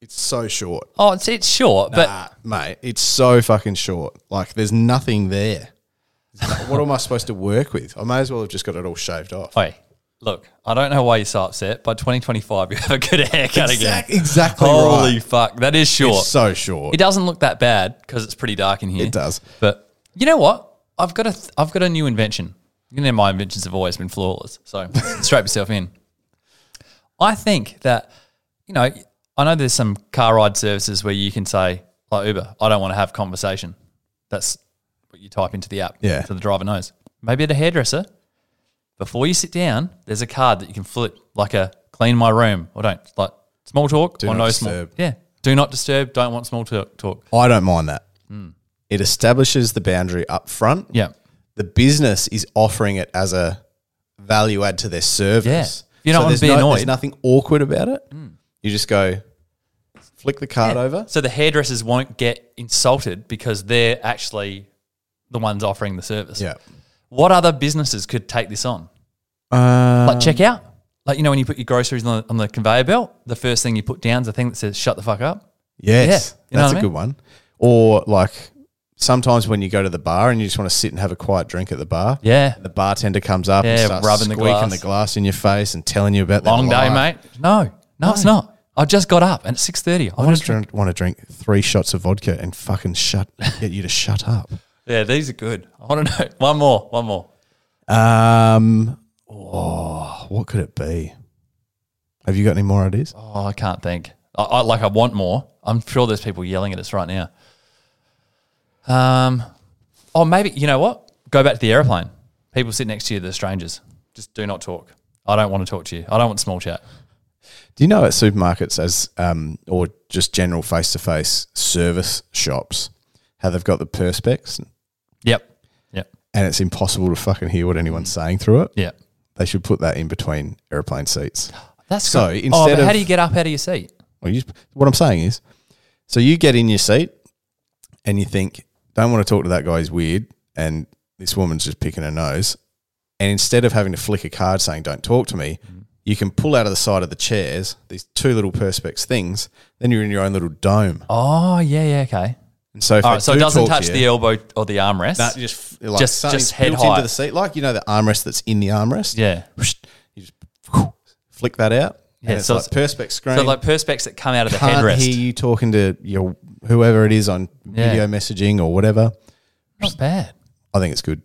Speaker 2: It's so short.
Speaker 3: Oh, it's it's short, but
Speaker 2: Ah, mate, it's so fucking short. Like, there's nothing there. Like, what am I supposed to work with? I may as well have just got it all shaved off.
Speaker 3: hey, look, I don't know why you're so upset. By 2025, you have a good haircut
Speaker 2: Exact-
Speaker 3: again.
Speaker 2: exactly
Speaker 3: Holy
Speaker 2: right.
Speaker 3: fuck, that is short.
Speaker 2: It's so short.
Speaker 3: It doesn't look that bad because it's pretty dark in here.
Speaker 2: It does.
Speaker 3: But you know what? I've got a th- I've got a new invention. You know my inventions have always been flawless. So strap yourself in. I think that you know I know there's some car ride services where you can say like Uber, I don't want to have conversation. That's what you type into the app.
Speaker 2: Yeah.
Speaker 3: So the driver knows. Maybe at a hairdresser, before you sit down, there's a card that you can flip like a clean my room or don't like small talk
Speaker 2: Do
Speaker 3: or
Speaker 2: not
Speaker 3: no small.
Speaker 2: disturb.
Speaker 3: Yeah. Do not disturb. Don't want small talk. talk.
Speaker 2: I don't mind that. It establishes the boundary up front.
Speaker 3: Hmm. Yeah.
Speaker 2: The business is offering it as a value add to their service.
Speaker 3: Yeah. You don't want
Speaker 2: there's
Speaker 3: to be
Speaker 2: There's
Speaker 3: annoyed. Hmm.
Speaker 2: nothing awkward about it. You just go flick the card over.
Speaker 3: So the hairdressers won't get insulted because they're actually the ones offering the service.
Speaker 2: Yeah.
Speaker 3: What other businesses could take this on?
Speaker 2: Uh,
Speaker 3: Like check out. Like you know when you put your groceries on the, on the conveyor belt, the first thing you put down is the thing that says "shut the fuck up."
Speaker 2: Yes,
Speaker 3: Yeah, you know
Speaker 2: that's
Speaker 3: what
Speaker 2: a
Speaker 3: I
Speaker 2: good
Speaker 3: mean?
Speaker 2: one. Or like sometimes when you go to the bar and you just want to sit and have a quiet drink at the bar.
Speaker 3: Yeah.
Speaker 2: The bartender comes up and
Speaker 3: Yeah,
Speaker 2: starts
Speaker 3: rubbing the
Speaker 2: squeaking
Speaker 3: glass.
Speaker 2: the glass in your face and telling you about their
Speaker 3: Long day,
Speaker 2: life.
Speaker 3: mate. No, no, it's not. I just got up and it's six thirty. I
Speaker 2: I
Speaker 3: want
Speaker 2: just
Speaker 3: to drink.
Speaker 2: want to drink three shots of vodka and fucking shut get you to shut up.
Speaker 3: Yeah, these are good. I want to know one more, one more.
Speaker 2: Um, oh, what could it be? Have you got any more ideas?
Speaker 3: Oh, I can't think. I, I like I want more. I'm sure there's people yelling at us right now. Um, oh maybe you know what? Go back to the airplane. People sit next to you, they're strangers. Just do not talk. I don't want to talk to you. I don't want small chat.
Speaker 2: Do you know at supermarkets as um, or just general face to face service shops how they've got the perspex
Speaker 3: Yep. Yep.
Speaker 2: and it's impossible to fucking hear what anyone's
Speaker 3: Mm.
Speaker 2: saying through it.
Speaker 3: Yep.
Speaker 2: They should put that in between airplane seats.
Speaker 3: That's
Speaker 2: So,
Speaker 3: good.
Speaker 2: instead
Speaker 3: oh, but how
Speaker 2: of-
Speaker 3: do you get up out of your seat?
Speaker 2: Well, you, what I'm saying is, so you get in your seat and you think, don't want to talk to that guy, he's weird, and this woman's just picking her nose. And instead of having to flick a card saying, don't talk to me,
Speaker 3: Mm.
Speaker 2: you can pull out of the side of the chairs these two little Perspex things, then you're in your own little dome.
Speaker 3: Oh yeah, yeah, okay.
Speaker 2: And so if
Speaker 3: All
Speaker 2: I
Speaker 3: right, so
Speaker 2: do
Speaker 3: it doesn't
Speaker 2: talk to
Speaker 3: touch
Speaker 2: you-
Speaker 3: the elbow or the armrest.
Speaker 2: Nah, you just like
Speaker 3: Just-
Speaker 2: something's
Speaker 3: just head
Speaker 2: built
Speaker 3: height.
Speaker 2: into the seat, like you know the armrest that's in the armrest.
Speaker 3: yeah.
Speaker 2: you just flick that out.
Speaker 3: Yeah,
Speaker 2: and it's
Speaker 3: so
Speaker 2: like perspex screen.
Speaker 3: So like perspex that come out of the
Speaker 2: can't
Speaker 3: headrest.
Speaker 2: hear you talking to your whoever it is on video messaging or whatever.
Speaker 3: Not bad.
Speaker 2: I think it's good.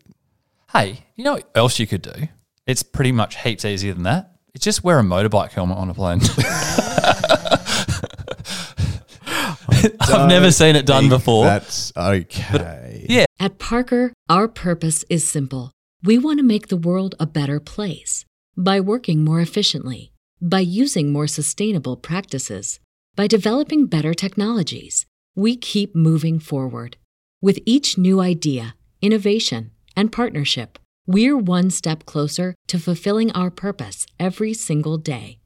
Speaker 3: Hey, you know what else you could do? It's pretty much heaps easier than that. It's just wear a motorbike helmet on a plane. I've never seen it done
Speaker 2: Think
Speaker 3: before.
Speaker 2: That's okay.
Speaker 4: At Parker, our purpose is simple. We want to make the world a better place by working more efficiently, by using more sustainable practices, by developing better technologies. We keep moving forward. With each new idea, innovation, and partnership, We're one step closer to fulfilling our purpose every single day.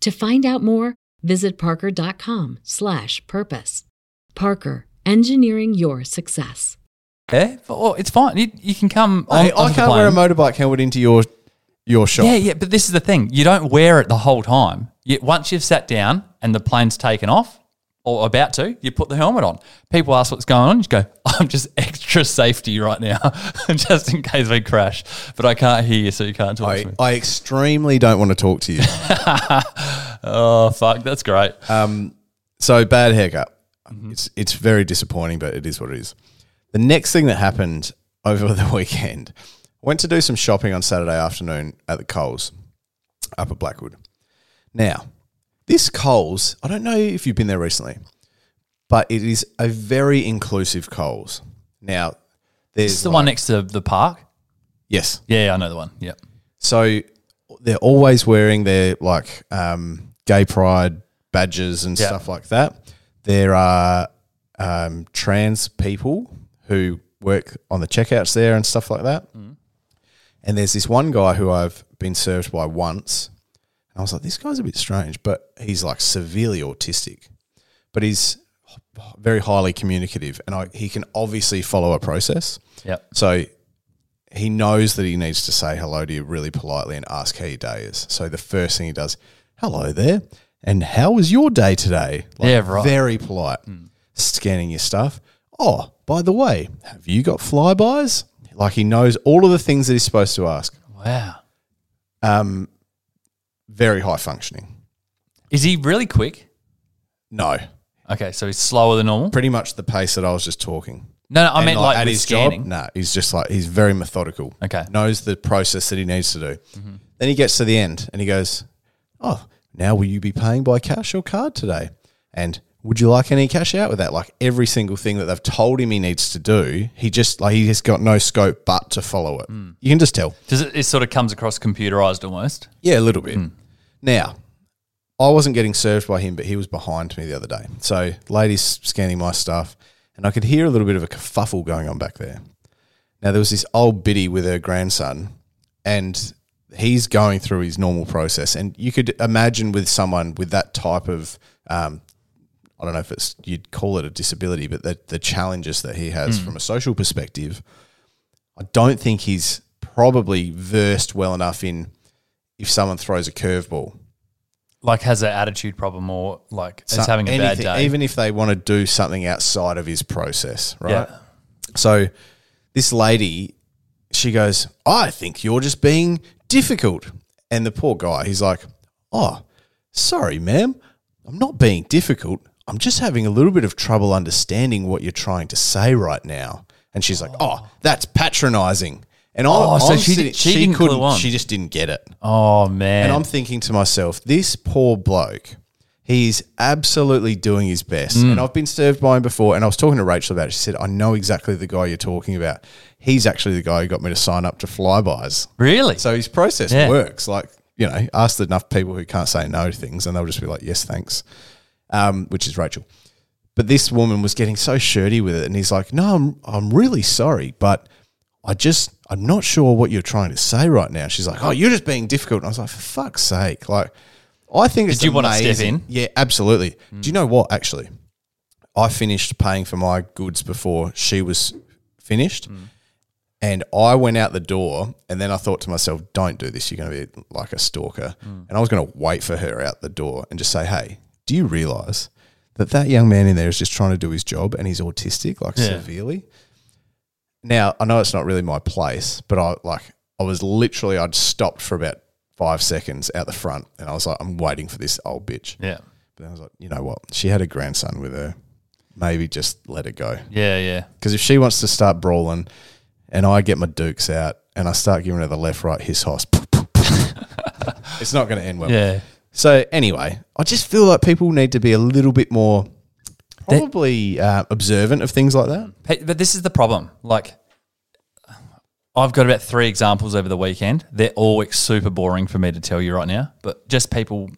Speaker 4: To find out more, visit parker.com/purpose. Parker, engineering your success.
Speaker 3: Yeah, but, well, it's fine. You, you can come. On,
Speaker 2: Hey, I
Speaker 3: onto the
Speaker 2: can't wear a
Speaker 3: plane.
Speaker 2: motorbike helmet into your your shop.
Speaker 3: Yeah, yeah, but this is the thing. You don't wear it the whole time. You, once you've sat down and the plane's taken off or about to, you put the helmet on. People ask what's going on. You go, I'm just extra safety right now, just in case we crash. But I can't hear you, so you can't talk
Speaker 2: I,
Speaker 3: to me.
Speaker 2: I extremely don't want to talk to you.
Speaker 3: Oh, fuck. That's great.
Speaker 2: So bad haircut.
Speaker 3: Mm-hmm.
Speaker 2: It's it's very disappointing, but it is what it is. The next thing that happened over the weekend, I went to do some shopping on Saturday afternoon at the Coles up at Blackwood. Now, this Coles, I don't know if you've been there recently, but it is a very inclusive Coles. Now, there's
Speaker 3: it's the
Speaker 2: like-
Speaker 3: one next to the park.
Speaker 2: Yes,
Speaker 3: Yeah, I know the one. Yep.
Speaker 2: so they're always wearing their like um, gay pride badges and
Speaker 3: Yeah.
Speaker 2: stuff like that. There are um, trans people who work on the checkouts there and stuff like that. And there's this one guy who I've been served by once. And I was like, this guy's a bit strange, but he's like severely autistic, but he's very highly communicative and I, he can obviously follow a process.
Speaker 3: Yep.
Speaker 2: So he knows that he needs to say hello to you really politely and ask how your day is. So the first thing he does, hello there, and how was your day today?
Speaker 3: Yeah, right. Hmm.
Speaker 2: Very polite. Scanning your stuff. Oh, by the way, have you got flybys? Like he knows all of the things that he's supposed to ask.
Speaker 3: Wow.
Speaker 2: Um, very high functioning.
Speaker 3: Is he really quick?
Speaker 2: No,
Speaker 3: Okay, so he's slower than normal.
Speaker 2: pretty much the pace that I was just talking.
Speaker 3: No, no, I
Speaker 2: And,
Speaker 3: meant like,
Speaker 2: at
Speaker 3: with
Speaker 2: his
Speaker 3: scanning.
Speaker 2: job. No, he's just like he's very methodical.
Speaker 3: Okay.
Speaker 2: knows the process that he needs to do. Then he gets to the end and he goes, "Oh, now will you be paying by cash or card today? And would you like any cash out with that? Like every single thing that they've told him he needs to do, he just like he has got no scope but to follow it.
Speaker 3: Hmm.
Speaker 2: You can just tell.
Speaker 3: Does it, it sort of comes across computerized almost?
Speaker 2: Yeah, a little bit. Now, I wasn't getting served by him, but he was behind me the other day. So, ladies scanning my stuff, and I could hear a little bit of a kerfuffle going on back there. Now, there was this old biddy with her grandson, and he's going through his normal process. And you could imagine with someone with that type of, um, I don't know if it's you'd call it a disability, but the, the challenges that he has from a social perspective, I don't think he's probably versed well enough in if someone throws a curveball.
Speaker 3: Like has an attitude problem or like is
Speaker 2: So-
Speaker 3: having a bad
Speaker 2: anything,
Speaker 3: day?
Speaker 2: Even if they want to do something outside of his process, right?
Speaker 3: Yeah.
Speaker 2: So this lady, she goes, I think you're just being difficult. And the poor guy, he's like, Oh, sorry, ma'am. I'm not being difficult. I'm just having a little bit of trouble understanding what you're trying to say right now. And she's like, Oh, that's patronizing. And I,
Speaker 3: Oh, so
Speaker 2: I'm
Speaker 3: she
Speaker 2: sitting-
Speaker 3: di- she didn't clue
Speaker 2: couldn't,
Speaker 3: on.
Speaker 2: she just didn't get it.
Speaker 3: Oh man.
Speaker 2: And I'm thinking to myself, this poor bloke, he's absolutely doing his best. And I've been served by him before. And I was talking to Rachel about it. She said, I know exactly the guy you're talking about. He's actually the guy who got me to sign up to flybys.
Speaker 3: really?
Speaker 2: So his process
Speaker 3: Yeah.
Speaker 2: works. Like, you know, ask enough people who can't say no to things and they'll just be like, yes, thanks, um, which is Rachel. But this woman was getting so shirty with it. And he's like, no, I'm, I'm really sorry, but I just, I'm not sure what you're trying to say right now. She's like, oh, you're just being difficult. And I was like, for fuck's sake. Like, I think it's
Speaker 3: you wanna step
Speaker 2: amazing.
Speaker 3: in? Mm.
Speaker 2: Yeah, absolutely. Do you know what, actually? I finished paying for my goods before she was finished. And I went out the door, and then I thought to myself, "Don't do this. You're going to be like a stalker."
Speaker 3: Hmm.
Speaker 2: And I was going to wait for her out the door and just say, "Hey, do you realize that that young man in there is just trying to do his job, and he's autistic, like
Speaker 3: Yeah.
Speaker 2: severely?" Now I know it's not really my place, but I like I was literally I'd stopped for about five seconds out the front, and I was like, "I'm waiting for this old bitch."
Speaker 3: yeah.
Speaker 2: But then I was like, "You know what? She had a grandson with her. Maybe just let it go."
Speaker 3: Yeah, yeah.
Speaker 2: Because if she wants to start brawling and I get my dukes out and I start giving her the left, right, hiss, hoss, it's not going to end well.
Speaker 3: Yeah.
Speaker 2: So, anyway, I just feel like people need to be a little bit more probably uh, observant of things like that.
Speaker 3: Hey, But this is the problem. Like I've got about three examples over the weekend. They're all like, super boring for me to tell you right now, but just people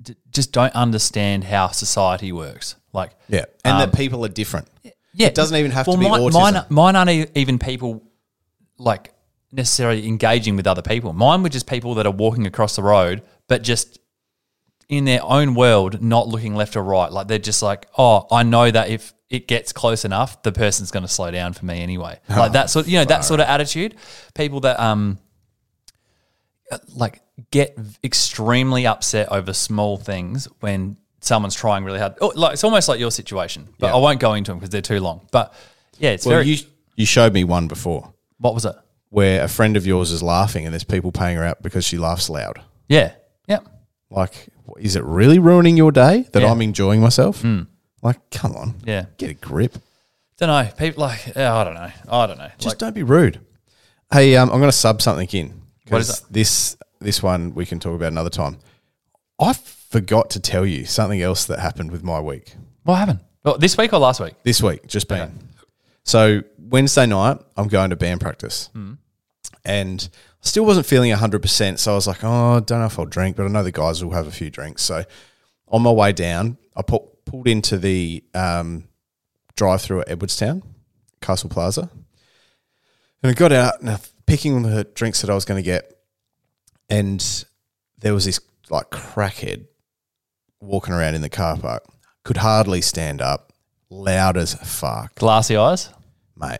Speaker 3: d- just don't understand how society works. Like
Speaker 2: Yeah. Um, And that people are different.
Speaker 3: Yeah,
Speaker 2: It doesn't even have to be
Speaker 3: mine,
Speaker 2: autism.
Speaker 3: Mine, mine aren't e- even people like necessarily engaging with other people. Mine were just people that are walking across the road, but just in their own world, not looking left or right. Like they're just like, oh, I know that if it gets close enough, the person's going to slow down for me anyway. like that sort, you know, that sort of attitude. People that um, like get extremely upset over small things when someone's trying really hard. Oh, like it's almost like your situation, but
Speaker 2: Yeah.
Speaker 3: I won't go into them because they're too long. But yeah, it's
Speaker 2: Well,
Speaker 3: very.
Speaker 2: you you showed me one before
Speaker 3: what was it?
Speaker 2: where a friend of yours is laughing and there's people paying her out because she laughs loud.
Speaker 3: Yeah, yeah.
Speaker 2: Like, is it really ruining your day that
Speaker 3: Yeah. Hmm.
Speaker 2: I'm enjoying myself? Like, come on,
Speaker 3: Yeah.
Speaker 2: get a grip.
Speaker 3: Don't know. People like yeah, I don't know. I don't know.
Speaker 2: Just
Speaker 3: like,
Speaker 2: don't be rude. Hey, um, I'm going to sub something in
Speaker 3: What is
Speaker 2: because this this one we can talk about another time. I forgot to tell you something else that happened with my week
Speaker 3: what happened? Well, this week or last week?
Speaker 2: this week. Just been so Wednesday night. I'm going to band practice, and I still wasn't feeling 100. percent So I was like, oh, I don't know if I'll drink, but I know the guys will have a few drinks. So on my way down, I pu- pulled into the um, drive-through at Edwardstown Castle Plaza. And I got out and I was picking the drinks that I was going to get. And there was this like crackhead walking around in the car park. Could hardly stand up, loud as fuck,
Speaker 3: Glassy eyes.
Speaker 2: mate.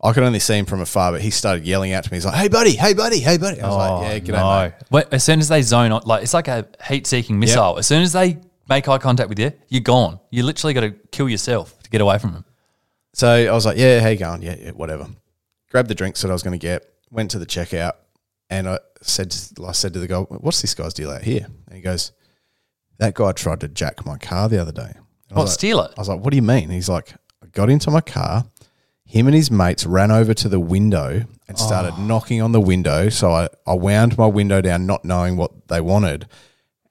Speaker 2: I could only see him from afar, but he started yelling out to me. He's like, "Hey, buddy! Hey, buddy! Hey, buddy!" I was like, "Yeah, g'day, mate."
Speaker 3: When- Oh, as soon as they zone on, like it's like a heat-seeking missile. As soon as they make eye contact with you, you're gone. You literally got to kill yourself to get away from them.
Speaker 2: So I was like, "Yeah, how you going? Yeah, yeah, whatever." Grabbed the drinks that I was going to get. Went to the checkout, and I said, I said to the guy, "What's this guy's deal out here?" And he goes, "That guy tried to jack my car the other day." And I
Speaker 3: What
Speaker 2: was like,
Speaker 3: Oh, steal it?
Speaker 2: I was like, what do you mean? He's like, I got into my car. Him and his mates ran over to the window and started
Speaker 3: Oh.
Speaker 2: knocking on the window. So I, I wound my window down, not knowing what they wanted.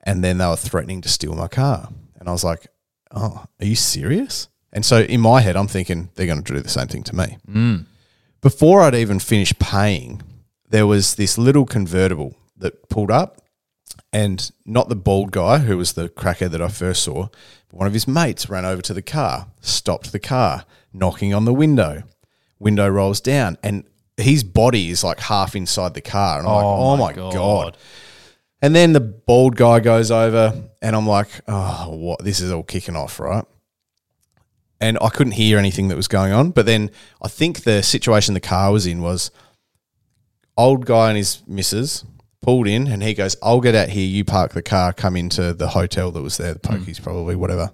Speaker 2: And then they were threatening to steal my car. And I was like, oh, are you serious? And so in my head, I'm thinking they're going to do the same thing to me. Before I'd even finished paying, there was this little convertible that pulled up and not the bald guy who was the cracker that I first saw, but one of his mates ran over to the car, stopped the car, knocking on the window. Window rolls down, and his body is like half inside the car. And I'm like, oh my God. And then the bald guy goes over, and I'm like, oh, what? This is all kicking off, right? And I couldn't hear anything that was going on. But then I think the situation the car was in was old guy and his missus pulled in and he goes, I'll get out here, you park the car, come into the hotel that was there, the pokies probably, whatever.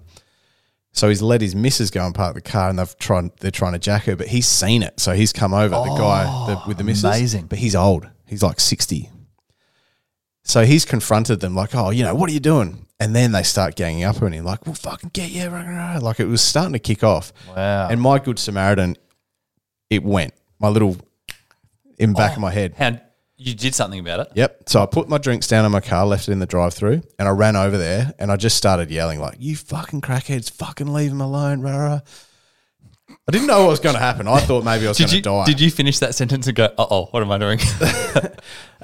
Speaker 2: So he's let his missus go and park the car and they've tried they're trying to jack her, but he's seen it. So he's come over, the guy the, with the missus.
Speaker 3: amazing.
Speaker 2: But he's old. He's like sixty. So he's confronted them like, Oh, you know, what are you doing? And then they start ganging up on him, like, We'll fucking get you. rah, rah, rah." Like it was starting to kick off.
Speaker 3: Wow.
Speaker 2: And my good Samaritan, it went. My little in back of my head.
Speaker 3: How you did something about it?
Speaker 2: Yep. So I put my drinks down in my car, left it in the drive through, and I ran over there and I just started yelling, like, you fucking crackheads, fucking leave him alone, rah, rah. I didn't know what was going to happen. I thought maybe I was going
Speaker 3: Did
Speaker 2: to
Speaker 3: you
Speaker 2: die.
Speaker 3: did you finish that sentence and go, uh oh, what am I doing?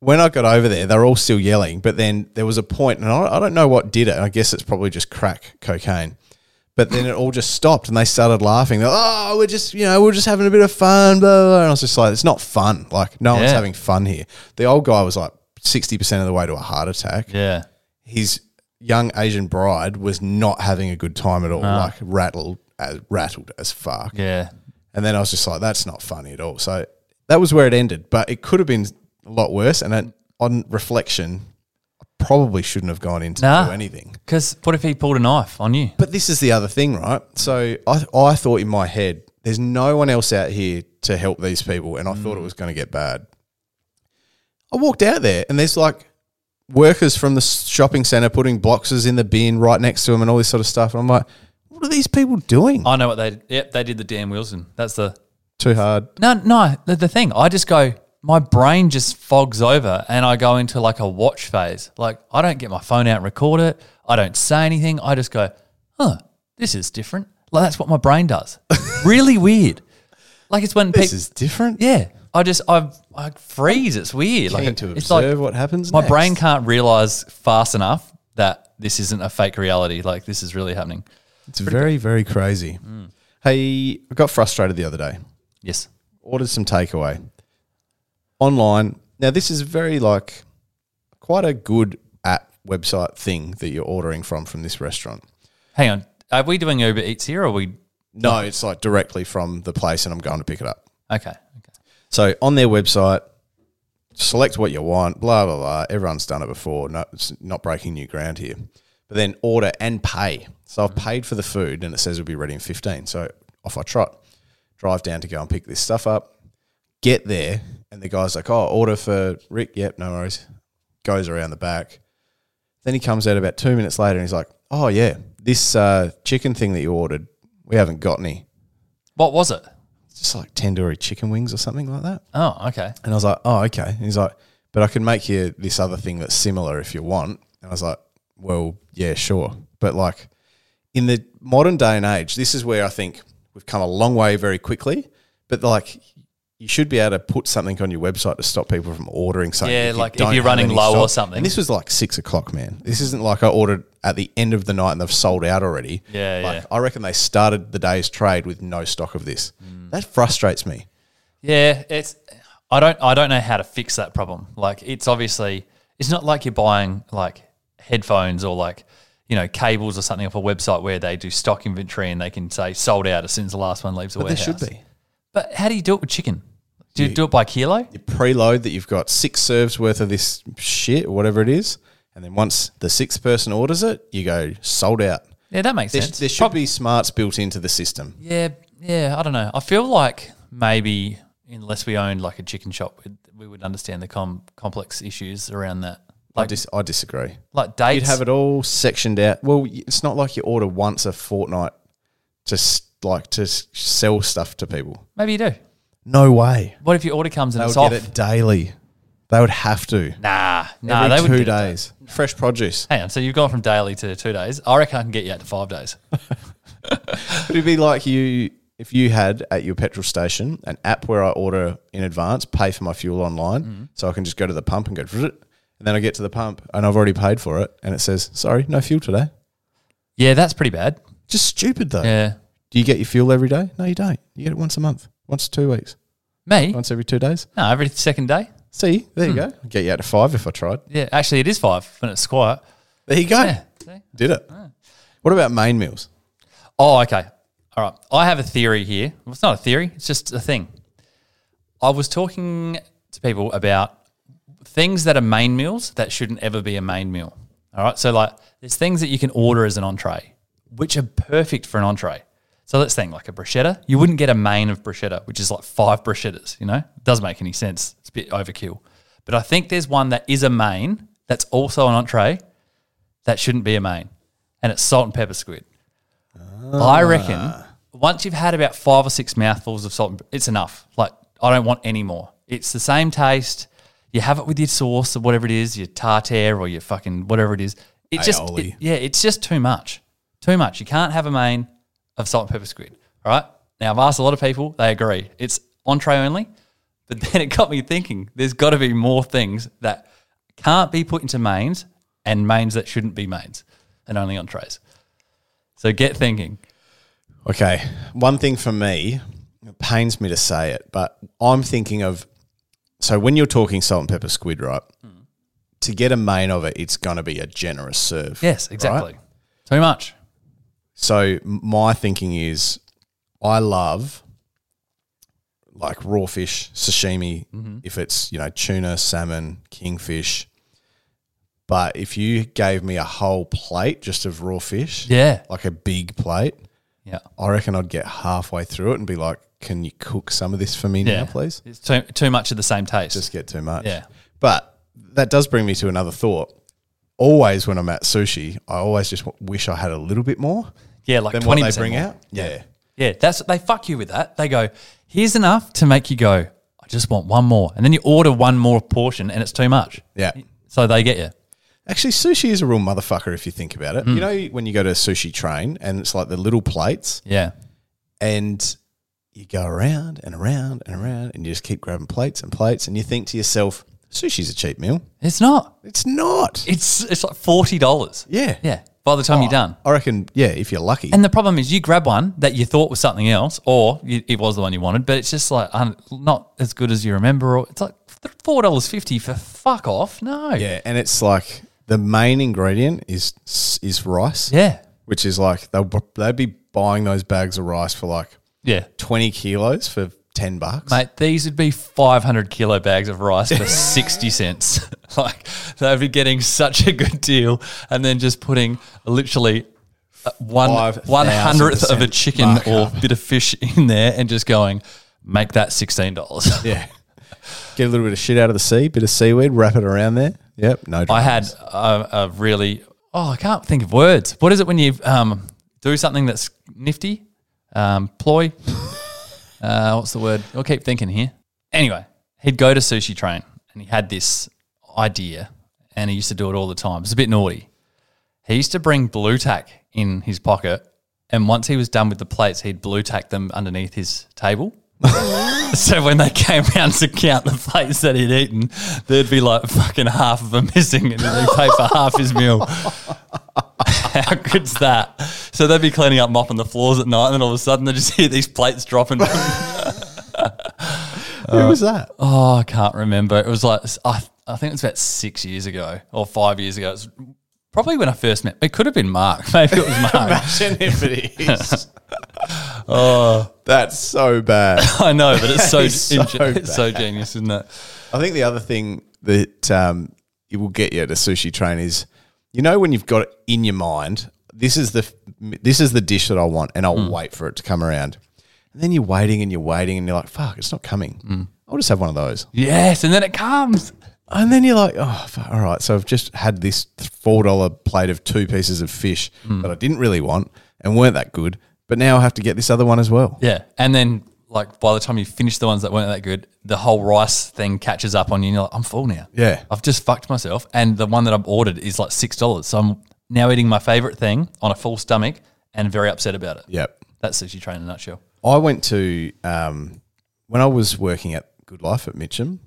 Speaker 2: when I got over there, they were all still yelling, but then there was a point, and I, I don't know what did it. And I guess it's probably just crack cocaine. But then it all just stopped, and they started laughing. They're, oh, we're just, you know, we're just having a bit of fun, blah, blah, blah. And I was just like, it's not fun. Like, no one's
Speaker 3: Yeah.
Speaker 2: having fun here. The old guy was like 60% of the way to a heart attack.
Speaker 3: yeah.
Speaker 2: his young Asian bride was not having a good time at all, like rattled as rattled as fuck.
Speaker 3: Yeah.
Speaker 2: And then I was just like, that's not funny at all. So that was where it ended. But it could have been a lot worse. And then on reflection, I probably shouldn't have gone in to
Speaker 3: Nah.
Speaker 2: do anything.
Speaker 3: Because what if he pulled a knife on you?
Speaker 2: But this is the other thing, right? So I, I thought in my head, there's no one else out here to help these people. And I
Speaker 3: Mm.
Speaker 2: thought it was going to get bad. I walked out there and there's like workers from the s- shopping center putting boxes in the bin right next to them and all this sort of stuff. And I'm like, what are these people doing?
Speaker 3: I know what they. Yep, they did the Dan Wilson. That's the
Speaker 2: Too hard.
Speaker 3: No, no. The, the thing, I just go, my brain just fogs over and I go into like a watch phase. Like, I don't get my phone out and record it. I don't say anything. I just go, huh, this is different. Like, that's what my brain does. really weird. Like, it's when
Speaker 2: This
Speaker 3: people,
Speaker 2: is different.
Speaker 3: yeah, I just, I, I freeze. It's weird. Like,
Speaker 2: Keen to
Speaker 3: it's
Speaker 2: observe what happens.
Speaker 3: my
Speaker 2: next.
Speaker 3: brain can't realize fast enough that this isn't a fake reality. Like, this is really happening. Mm.
Speaker 2: It's very, very crazy. Hey, I got frustrated the other day.
Speaker 3: Yes.
Speaker 2: ordered some takeaway online. Now, this is very like quite a good app website thing that you're ordering from from this restaurant.
Speaker 3: Hang on. Are we doing Uber Eats here or are we?
Speaker 2: No, it's like directly from the place, and I'm going to pick it up.
Speaker 3: Okay. okay.
Speaker 2: So on their website, select what you want, blah blah blah. Everyone's done it before. No, it's not breaking new ground here. But then order and pay. So I've paid for the food, and it says it'll be ready in fifteen. So off I trot, drive down to go and pick this stuff up. Get there, and the guy's like, "Oh, order for Rick." Yep, no worries. Goes around the back. Then he comes out about two minutes later, and he's like, "Oh yeah, this uh, chicken thing that you ordered, we haven't got any.
Speaker 3: What was it?
Speaker 2: It's just like tandoori chicken wings or something like that."
Speaker 3: Oh, okay.
Speaker 2: And I was like, oh, okay. And he's like, but I can make you this other thing that's similar if you want. And I was like, well, yeah, sure. But like in the modern day and age, this is where I think we've come a long way very quickly. But like, you should be able to put something on your website to stop people from ordering something.
Speaker 3: Yeah,
Speaker 2: you
Speaker 3: like if
Speaker 2: don't
Speaker 3: you're
Speaker 2: have
Speaker 3: running
Speaker 2: any
Speaker 3: low or something.
Speaker 2: And this was like six o'clock, man. This isn't like I ordered at the end of the night and they've sold out already.
Speaker 3: Yeah,
Speaker 2: like,
Speaker 3: yeah.
Speaker 2: I reckon they started the day's trade with no stock of this.
Speaker 3: Mm.
Speaker 2: That frustrates me.
Speaker 3: Yeah, it's I don't I don't know how to fix that problem. Like it's obviously it's not like you're buying like headphones or like you know cables or something off a website where they do stock inventory and they can say sold out as soon as the last one leaves the
Speaker 2: But there
Speaker 3: warehouse.
Speaker 2: should be.
Speaker 3: But how do you do it with chicken? Do you do it by kilo?
Speaker 2: you preload that you've got six serves worth of this shit, whatever it is, and then once the sixth person orders it, you go sold out.
Speaker 3: Yeah, that makes
Speaker 2: There,
Speaker 3: sense.
Speaker 2: there should
Speaker 3: Prob-
Speaker 2: be smarts built into the system.
Speaker 3: Yeah, yeah. I don't know. I feel like maybe unless we owned like a chicken shop, we'd, we would understand the com- complex issues around that.
Speaker 2: I,
Speaker 3: Like
Speaker 2: dis- I disagree.
Speaker 3: like dates.
Speaker 2: You'd have it all sectioned out. Well, y- it's not like you order once a fortnight to s- like to s- sell stuff to people.
Speaker 3: Maybe you do.
Speaker 2: No way.
Speaker 3: What if your order comes and
Speaker 2: They
Speaker 3: it's
Speaker 2: would
Speaker 3: off?
Speaker 2: get it daily. They would have to.
Speaker 3: Nah, nah.
Speaker 2: Every
Speaker 3: they would
Speaker 2: two
Speaker 3: do that.
Speaker 2: days. Fresh produce.
Speaker 3: Hang on. So you've gone from daily to two days. I reckon I can get you out to five days.
Speaker 2: It'd be like you if you had at your petrol station an app where I order in advance, pay for my fuel online,
Speaker 3: Mm-hmm.
Speaker 2: so I can just go to the pump and go, "Vroom," and then I get to the pump and I've already paid for it, and it says, "Sorry, no fuel today."
Speaker 3: Yeah, that's pretty bad.
Speaker 2: Just stupid though.
Speaker 3: Yeah.
Speaker 2: Do you get your fuel every day? No, you don't. You get it once a month, once two weeks,
Speaker 3: Me?
Speaker 2: once every two days.
Speaker 3: No, every second day.
Speaker 2: See, there you
Speaker 3: Hmm.
Speaker 2: go. I'll get you out of five if I tried.
Speaker 3: Yeah, actually, it is five when it's quiet.
Speaker 2: There you go.
Speaker 3: Yeah. see?
Speaker 2: Did it. What about main meals?
Speaker 3: Oh, okay. All right. I have a theory here. Well, it's not a theory, it's just a thing. I was talking to people about things that are main meals that shouldn't ever be a main meal. All right. So, like, there's things that you can order as an entree, which are perfect for an entree. So, let's think like a bruschetta. You wouldn't get a main of bruschetta, which is like five bruschettas, you know? It doesn't make any sense. It's a bit overkill. But I think there's one that is a main that's also an entree that shouldn't be a main, and it's salt and pepper squid. I reckon once you've had about five or six mouthfuls of salt, and- it's enough. Like I don't want any more. It's the same taste. You have it with your sauce or whatever it is, your tartare or your fucking whatever it is. It's just
Speaker 2: Aioli.
Speaker 3: it- yeah, it's just too much. Too much. You can't have a main of salt and pepper squid. All right. Now I've asked a lot of people, they agree. It's entree only. But then it got me thinking there's got to be more things that can't be put into mains and mains that shouldn't be mains and only entrees. So get thinking.
Speaker 2: Okay. One thing for me, it pains me to say it, but I'm thinking of so when you're talking salt and pepper squid, right? To get a main of it, it's going to be a generous serve.
Speaker 3: Yes,
Speaker 2: right?
Speaker 3: exactly. Too much.
Speaker 2: So my thinking is I love like raw fish, sashimi,
Speaker 3: Mm-hmm.
Speaker 2: if it's, you know, tuna, salmon, kingfish. But if you gave me a whole plate just of raw fish,
Speaker 3: Yeah.
Speaker 2: like a big plate,
Speaker 3: Yeah.
Speaker 2: I reckon I'd get halfway through it and be like, "Can you cook some of this for me
Speaker 3: Yeah.
Speaker 2: now, please?"
Speaker 3: It's too, too much of the same taste.
Speaker 2: Just get too much.
Speaker 3: Yeah.
Speaker 2: But that does bring me to another thought. Always when I'm at sushi, I always just w- wish I had a little bit more
Speaker 3: yeah, like
Speaker 2: than what
Speaker 3: twenty
Speaker 2: they
Speaker 3: percent
Speaker 2: bring out. Yeah.
Speaker 3: Yeah, that's they fuck you with that. They go, here's enough to make you go, I just want one more, and then you order one more portion, and it's too much.
Speaker 2: Yeah.
Speaker 3: So they get you.
Speaker 2: Actually, sushi is a real motherfucker if you think about it.
Speaker 3: Hmm.
Speaker 2: You know, when you go to a sushi train and it's like the little plates,
Speaker 3: Yeah.
Speaker 2: and you go around and around and around, and you just keep grabbing plates and plates, and you think to yourself, "Sushi's a cheap meal."
Speaker 3: It's not.
Speaker 2: It's not.
Speaker 3: It's it's like forty dollars.
Speaker 2: yeah. Oh.
Speaker 3: Yeah. by the time you're done.
Speaker 2: I reckon, yeah, if you're lucky.
Speaker 3: And the problem is, you grab one that you thought was something else, or you, it was the one you wanted, but it's just like un, not as good as you remember. Or it's like four dollars fifty for fuck off. No,
Speaker 2: yeah, and it's like the main ingredient is is rice.
Speaker 3: yeah,
Speaker 2: which is like they'll b- they'd be buying those bags of rice for like
Speaker 3: yeah.
Speaker 2: twenty kilos for ten bucks.
Speaker 3: Mate, these would be 500 kilo bags of rice for 60 cents. Like, they'd be getting such a good deal and then just putting literally uh, one,
Speaker 2: Five
Speaker 3: one hundredth of a
Speaker 2: thousand
Speaker 3: chicken
Speaker 2: percent
Speaker 3: or
Speaker 2: markup.
Speaker 3: bit of fish in there and just going, make that $16.
Speaker 2: Yeah, get a little bit of shit out of the sea, bit of seaweed, wrap it around there. Yep, no.
Speaker 3: I
Speaker 2: dramas.
Speaker 3: had a, a really, oh, I can't think of words. What is it when you um, do something that's nifty? Um, ploy? uh, what's the word? I'll keep thinking here. Anyway, he'd go to Sushi Train and he had this idea and he used to do it all the time. It's a bit naughty. He used to bring blue tack in his pocket and once he was done with the plates, he'd blue tack them underneath his table. So when they came round to count the plates that he'd eaten, there'd be like fucking half of them missing and he'd pay for half his meal. How good's that? So they'd be cleaning up, mopping the floors at night, and then all of a sudden they just hear these plates dropping. oh,
Speaker 2: Who was that?
Speaker 3: I can't remember. It was like, I, I think it was about six years ago or five years ago. It was probably when I first met. It could have been Mark. Maybe it was Mark.
Speaker 2: Imagine if it is. oh, that's so bad.
Speaker 3: I know, but it's so,
Speaker 2: It's so
Speaker 3: it's so genius, isn't it?
Speaker 2: I think the other thing that um, it will get you at a sushi train is, you know, when you've got it in your mind, this is the this is the dish that I want, and I'll wait for it to come around. And then you're waiting and you're waiting, and you're like, "Fuck, it's not coming." I'll just have one of those.
Speaker 3: Yes, and then it comes.
Speaker 2: And then you're like, "Oh, fu- all right." So I've just had this four dollar plate of two pieces of fish that I didn't really want and weren't that good, but now I have to get this other one as well.
Speaker 3: Yeah, and then like by the time you finish the ones that weren't that good, the whole rice thing catches up on you, and you're like, I'm full now.
Speaker 2: Yeah.
Speaker 3: I've just fucked myself, and the one that I've ordered is like six dollars, so I'm now eating my favorite thing on a full stomach and very upset about it.
Speaker 2: Yep.
Speaker 3: That's sushi train in a nutshell.
Speaker 2: I went to um, when I was working at Good Life at Mitcham.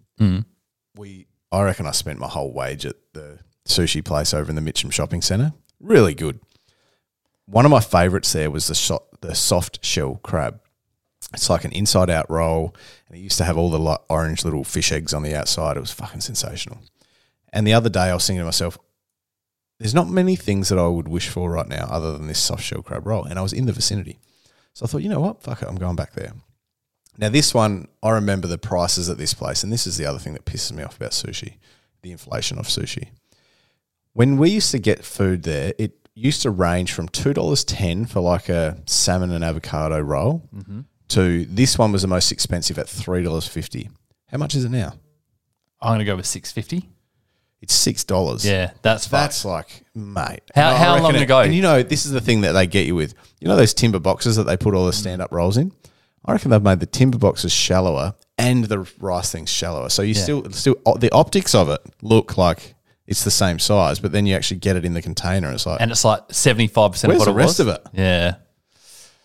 Speaker 2: We, I reckon, I spent my whole wage at the sushi place over in the Mitcham Shopping Centre. Really good. One of my favourites there was the shot, the soft shell crab. It's like an inside out roll, and it used to have all the like, orange little fish eggs on the outside. It was fucking sensational. And the other day, I was thinking to myself, "There's not many things that I would wish for right now, other than this soft shell crab roll." And I was in the vicinity. So I thought, you know what? Fuck it, I'm going back there. Now, this one, I remember the prices at this place, and this is the other thing that pisses me off about sushi the inflation of sushi. When we used to get food there, it used to range from $2.10 for like a salmon and avocado roll to this one was the most expensive at $3.50. How much is it now?
Speaker 3: I'm gonna go with six fifty.
Speaker 2: It's $6.
Speaker 3: Yeah, that's
Speaker 2: That's
Speaker 3: fucked.
Speaker 2: like, mate.
Speaker 3: How-
Speaker 2: And I
Speaker 3: how
Speaker 2: reckon
Speaker 3: long
Speaker 2: it-
Speaker 3: ago?
Speaker 2: And you know, this is the thing that they get you with. You know those timber boxes that they put all the stand up rolls in. I reckon they've made the timber boxes shallower and the rice things shallower. So you still, still o- the optics of it look like it's the same size, but then you actually get it in the container. It's like
Speaker 3: and it's like seventy five percent of
Speaker 2: Where's
Speaker 3: what
Speaker 2: the
Speaker 3: it
Speaker 2: rest
Speaker 3: was.
Speaker 2: of it?
Speaker 3: Yeah.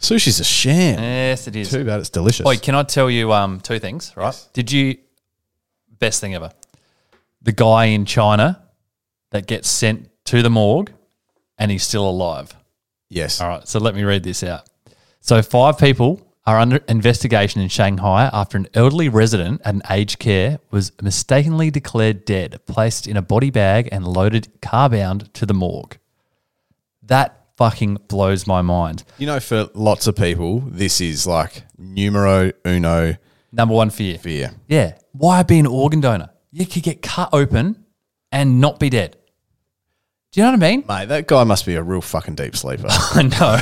Speaker 2: sushi's a sham.
Speaker 3: Yes, it is.
Speaker 2: Too bad it's delicious.
Speaker 3: Wait, can I tell you um, two things? Right? Did you best thing ever? The guy in China that gets sent to the morgue and he's still alive.
Speaker 2: yes.
Speaker 3: All right, so let me read this out. So five people are under investigation in Shanghai after an elderly resident at an aged care was mistakenly declared dead, placed in a body bag and loaded car-bound to the morgue. That fucking blows my mind.
Speaker 2: You know, for lots of people, this is like numero uno
Speaker 3: Number one fear.
Speaker 2: fear.
Speaker 3: Yeah. Why be an organ donor? You could get cut open and not be dead. Do you know what I mean?
Speaker 2: Mate, that guy must be a real fucking deep sleeper.
Speaker 3: I know.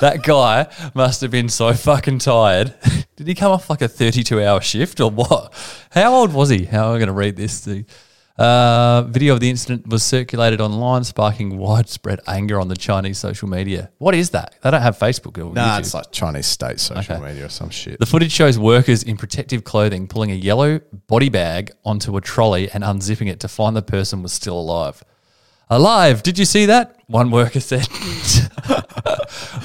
Speaker 3: that guy must have been so fucking tired. Did he come off like a 32 hour shift or what? How old was he? How am I going to read this? The uh, video of the incident was circulated online, sparking widespread anger on the Chinese social media. What is that? They don't have Facebook or
Speaker 2: nah,
Speaker 3: YouTube.
Speaker 2: it's like Chinese state social media or some shit.
Speaker 3: The footage shows workers in protective clothing pulling a yellow body bag onto a trolley and unzipping it to find the person was still alive. Alive! Did you see that? One worker said.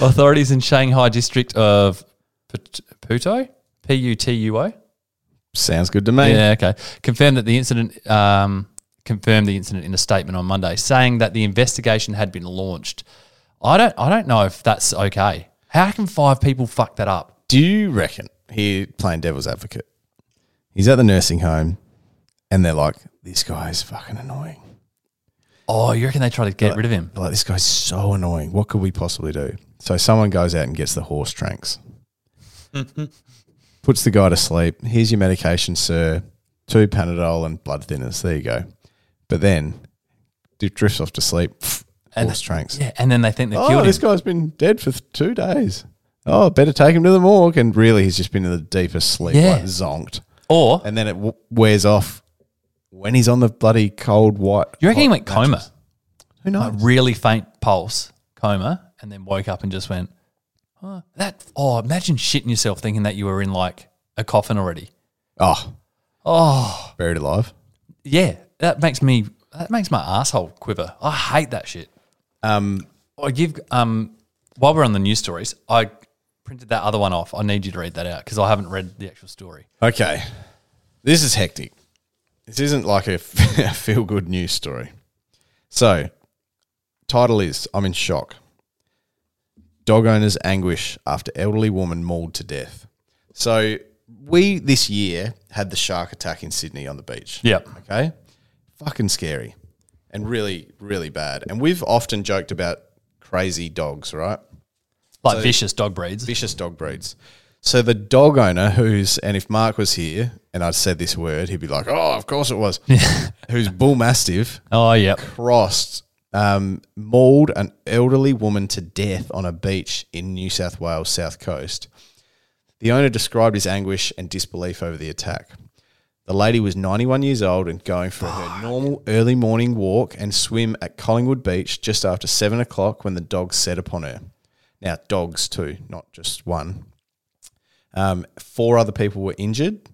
Speaker 3: Authorities in Shanghai district of Put- Puto, P U T U O,
Speaker 2: Sounds good to me.
Speaker 3: yeah, okay. Confirmed that the incident um, confirmed the incident in a statement on Monday, saying that the investigation had been launched. I don't I don't know if that's okay. How can five people fuck that up?
Speaker 2: Do you reckon he playing devil's advocate? He's at the nursing home, and they're like, "This guy's fucking annoying."
Speaker 3: Oh, you reckon they try to get rid of him?
Speaker 2: They're like, "This guy's so annoying. What could we possibly do?" So someone goes out and gets the horse tranks, puts the guy to sleep. Here's your medication, sir. Two Panadol and blood thinners. There you go. But then, d- drifts off to sleep.
Speaker 3: And-
Speaker 2: horse tranks.
Speaker 3: Yeah, and then they think they
Speaker 2: Oh,
Speaker 3: killed him.
Speaker 2: this guy's been dead for th- two days. Oh, better take him to the morgue. And really, he's just been in the deepest sleep,
Speaker 3: Yeah.
Speaker 2: like zonked.
Speaker 3: or
Speaker 2: And then it w- wears off when he's on the bloody cold white.
Speaker 3: you reckon he
Speaker 2: hot
Speaker 3: went
Speaker 2: mattress.
Speaker 3: coma?
Speaker 2: Who
Speaker 3: Like
Speaker 2: knows?
Speaker 3: really faint pulse, coma, and then woke up and just went, oh, that oh, imagine shitting yourself thinking that you were in like a coffin already.
Speaker 2: Oh,
Speaker 3: Oh
Speaker 2: buried alive.
Speaker 3: yeah. That makes me that makes my asshole quiver. I hate that shit.
Speaker 2: Um,
Speaker 3: I give um while we're on the news stories, I printed that other one off. I need you to read that out because I haven't read the actual story.
Speaker 2: okay. This is hectic. This isn't like a feel good news story. So, title is I'm in shock. Dog owners anguish after elderly woman mauled to death. So, we this year had the shark attack in Sydney on the beach.
Speaker 3: Yep.
Speaker 2: Okay. Fucking scary and really, really bad. And we've often joked about crazy dogs, right?
Speaker 3: Like vicious dog breeds.
Speaker 2: vicious dog breeds. So the dog owner who's and if Mark was here and I'd said this word, he'd be like, "Oh, of course it was." who's bull mastiff
Speaker 3: Oh yeah.
Speaker 2: crossed um, mauled an elderly woman to death on a beach in New South Wales south coast. The owner described his anguish and disbelief over the attack. The lady was 91 years old and going for her normal early morning walk and swim at Collingwood Beach just after seven o'clock when the dogs set upon her. Now, dogs too, not just one. Um, four other people were injured,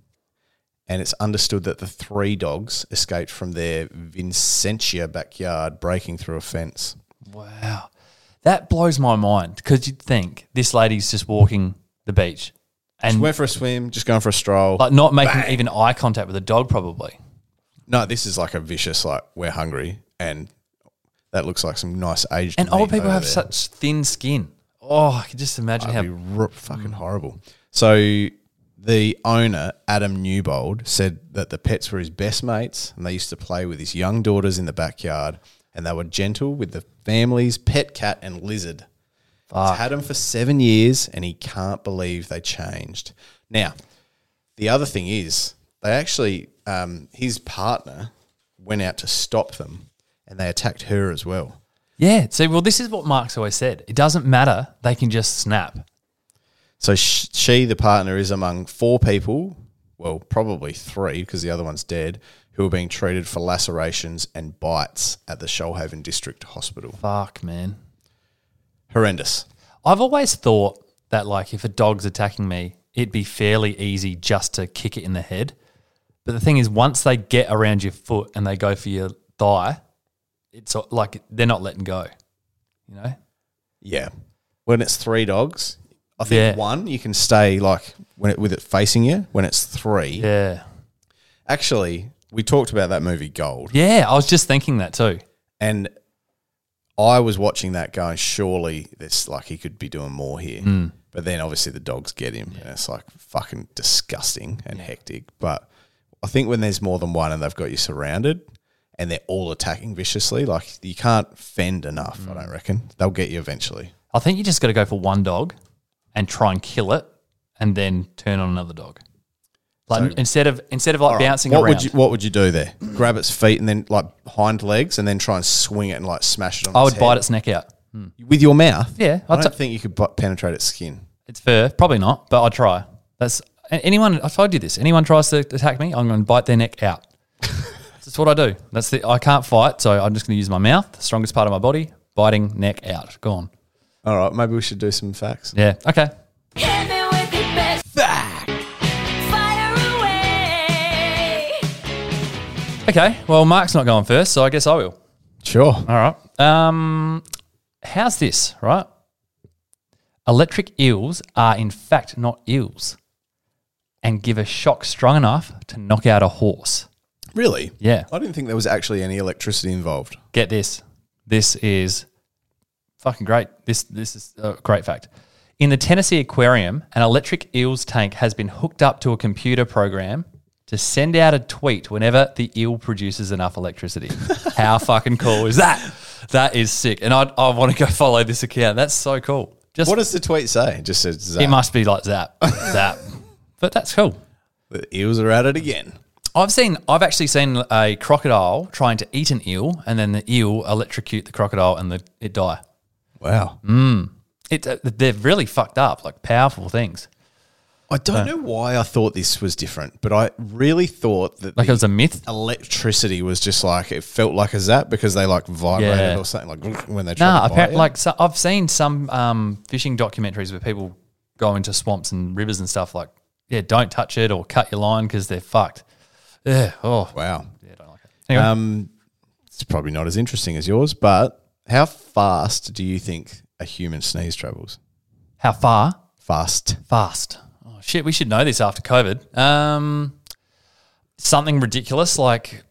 Speaker 2: and it's understood that the three dogs escaped from their Vincentia backyard, breaking through a fence.
Speaker 3: Wow. That blows my mind because you'd think this lady's just walking the beach and
Speaker 2: Went for a swim, just going for a stroll.
Speaker 3: like not making even eye contact with a dog probably.
Speaker 2: no, this is like a vicious, like, we're hungry, and that looks like some nice aged.
Speaker 3: And old
Speaker 2: meat
Speaker 3: people
Speaker 2: over
Speaker 3: have
Speaker 2: there.
Speaker 3: such thin skin. Oh, I can just imagine
Speaker 2: That'd
Speaker 3: how.
Speaker 2: be r- fucking horrible. So the owner, Adam Newbold, said that the pets were his best mates and they used to play with his young daughters in the backyard and they were gentle with the family's pet cat and lizard. He's had them for seven years and he can't believe they changed. Now, the other thing is, they actually, um, his partner went out to stop them and they attacked her as well.
Speaker 3: Yeah. See, well, this is what Mark's always said. It doesn't matter. They can just snap.
Speaker 2: So sh- she, the partner, is among four people, well, probably three because the other one's dead, who are being treated for lacerations and bites at the Shoalhaven District Hospital.
Speaker 3: Fuck, man.
Speaker 2: Horrendous.
Speaker 3: I've always thought that, like, if a dog's attacking me, it'd be fairly easy just to kick it in the head. But the thing is, once they get around your foot and they go for your thigh, it's uh, like they're not letting go. You know?
Speaker 2: Yeah. When it's three dogs, I think
Speaker 3: Yeah.
Speaker 2: one you can stay like when it, with it facing you. When it's three,
Speaker 3: Yeah.
Speaker 2: actually, we talked about that movie Gold,
Speaker 3: Yeah. I was just thinking that too.
Speaker 2: and I was watching that going, surely this like he could be doing more here.
Speaker 3: Hmm.
Speaker 2: But then obviously the dogs get him and it's like fucking disgusting and hectic. But I think when there's more than one and they've got you surrounded and they're all attacking viciously, like you can't fend enough,
Speaker 3: Hmm.
Speaker 2: I don't reckon. They'll get you eventually.
Speaker 3: I think you just got to go for one dog and try and kill it, and then turn on another dog. Like instead of instead of like bouncing
Speaker 2: what
Speaker 3: around,
Speaker 2: would you what would you do there? Grab its feet and then like hind legs and then try and swing it and like smash it on
Speaker 3: I
Speaker 2: its
Speaker 3: would bite
Speaker 2: head?
Speaker 3: its neck out.
Speaker 2: Hmm. with your mouth.
Speaker 3: Yeah,
Speaker 2: I
Speaker 3: I'd
Speaker 2: don't
Speaker 3: t-
Speaker 2: think you could bu- penetrate its skin.
Speaker 3: It's fair, probably not, but I'd try. That's a- anyone. If I do this, anyone tries to attack me, I'm going to bite their neck out. That's what I do. That's the I can't fight, so I'm just going to use my mouth, the strongest part of my body, biting neck out. Go on.
Speaker 2: All right, maybe we should do some facts.
Speaker 3: Yeah. Okay.
Speaker 5: Hit me with your best fire away.
Speaker 3: Okay. Well, Mark's not going first, so I guess I will.
Speaker 2: Sure.
Speaker 3: All right. Um, how's this, right? Electric eels are in fact not eels and give a shock strong enough to knock out a horse.
Speaker 2: Really?
Speaker 3: Yeah.
Speaker 2: I didn't think there was actually any electricity involved.
Speaker 3: Get this. This is fucking great. This this is a great fact. In the Tennessee Aquarium, an electric eels tank has been hooked up to a computer program to send out a tweet whenever the eel produces enough electricity. How fucking cool is that? That is sick. And I, I want to go follow this account. That's so cool. Just
Speaker 2: What does the tweet say? It just says
Speaker 3: it
Speaker 2: zap.
Speaker 3: must be like zap, zap. But that's cool.
Speaker 2: the eels are at it again.
Speaker 3: I've seen. I've actually seen a crocodile trying to eat an eel, and then the eel electrocute the crocodile, and the, it die.
Speaker 2: Wow.
Speaker 3: Mm. It, uh, they're really fucked up, like powerful things.
Speaker 2: I don't know why I thought this was different, but I really thought that
Speaker 3: Like
Speaker 2: the
Speaker 3: it was a myth.
Speaker 2: electricity was just like it felt like a zap because they like vibrated
Speaker 3: Yeah.
Speaker 2: or something like when they tried
Speaker 3: Nah,
Speaker 2: to bite
Speaker 3: apparently,
Speaker 2: you.
Speaker 3: like so, I've seen some um, fishing documentaries where people go into swamps and rivers and stuff. Like, yeah, don't touch it or cut your line because they're fucked. Yeah. Oh,
Speaker 2: wow.
Speaker 3: yeah, don't like it. Anyway,
Speaker 2: Um, it's probably not as interesting as yours, but how fast do you think a human sneeze travels?
Speaker 3: how far?
Speaker 2: Fast.
Speaker 3: Fast. Oh shit, we should know this after COVID. Um, something ridiculous like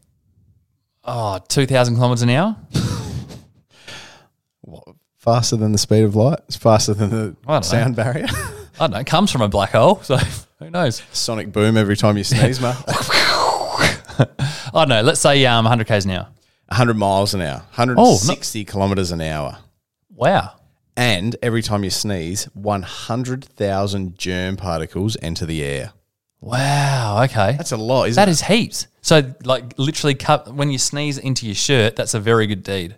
Speaker 3: oh, 2,000 kilometers an hour.
Speaker 2: Faster than the speed of light. It's faster than
Speaker 3: I don't know.
Speaker 2: the sound barrier.
Speaker 3: I don't know. It comes from a black hole, so who knows?
Speaker 2: Sonic boom every time you sneeze, mate.
Speaker 3: I don't know. Let's say um, 100 k's an hour.
Speaker 2: 100 miles an hour, 160 kilometers an hour.
Speaker 3: Wow.
Speaker 2: And every time you sneeze, 100,000 germ particles enter the air.
Speaker 3: Wow. Okay.
Speaker 2: That's a lot, isn't
Speaker 3: That
Speaker 2: it?
Speaker 3: is heaps. So, like, literally, cut when you sneeze into your shirt, that's a very good deed.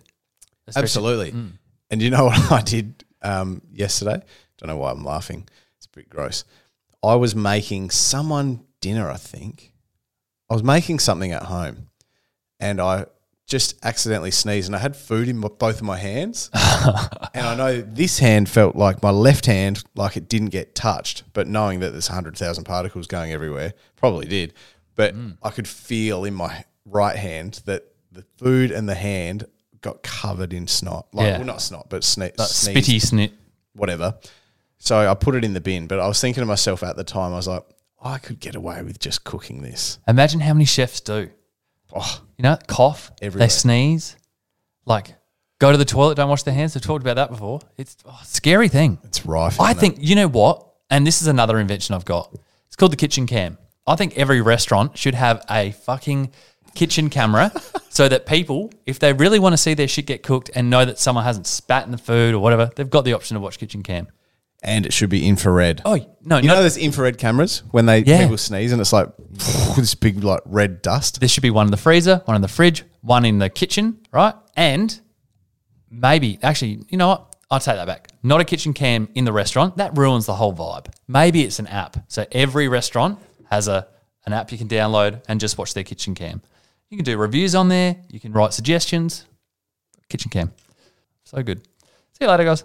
Speaker 3: Especially-
Speaker 2: Absolutely. And you know what I did um, yesterday? Don't know why I'm laughing. It's a bit gross. I was making someone dinner, I think. I was making something at home and I just accidentally sneezed and I had food in my, both of my hands. and I know this hand felt like my left hand, like it didn't get touched, but knowing that there's 100,000 particles going everywhere, probably did. But
Speaker 3: Hmm.
Speaker 2: I could feel in my right hand that the food and the hand got covered in snot. Like,
Speaker 3: Yeah.
Speaker 2: well, not snot, but sne-
Speaker 3: Like,
Speaker 2: sneeze,
Speaker 3: spitty snit.
Speaker 2: whatever. So I put it in the bin, but I was thinking to myself at the time, I was like, I could get away with just cooking this.
Speaker 3: Imagine how many chefs do.
Speaker 2: Oh,
Speaker 3: You know, cough,
Speaker 2: Everywhere.
Speaker 3: they sneeze, like go to the toilet, don't wash their hands. We've talked about that before. It's oh, a scary thing.
Speaker 2: it's rife.
Speaker 3: I
Speaker 2: isn't it?
Speaker 3: think, you know what? And this is another invention I've got. It's called the kitchen cam. I think every restaurant should have a fucking kitchen camera so that people, if they really want to see their shit get cooked and know that someone hasn't spat in the food or whatever, they've got the option to watch kitchen cam.
Speaker 2: and it should be infrared.
Speaker 3: Oh, no,
Speaker 2: you
Speaker 3: no.
Speaker 2: know those infrared cameras when they
Speaker 3: Yeah.
Speaker 2: people sneeze and it's like this big like red dust.
Speaker 3: There should be one in the freezer, one in the fridge, one in the kitchen, right? And maybe, actually, you know what? I'll take that back. Not a kitchen cam in the restaurant. That ruins the whole vibe. Maybe it's an app. So every restaurant has a an app you can download and just watch their kitchen cam. You can do reviews on there. You can write suggestions. Kitchen cam. So good. See you later, guys.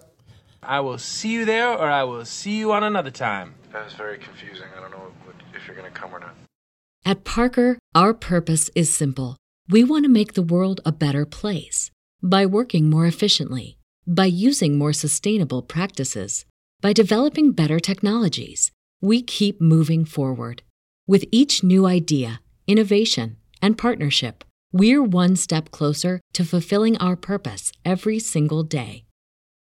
Speaker 6: I will see you there or I will see you on another time.
Speaker 7: That was very confusing. I don't know what, if you're going to come or not.
Speaker 4: At Parker, our purpose is simple. We want to make the world a better place by working more efficiently, by using more sustainable practices, by developing better technologies. We keep moving forward. With each new idea, innovation, and partnership, we're one step closer to fulfilling our purpose every single day.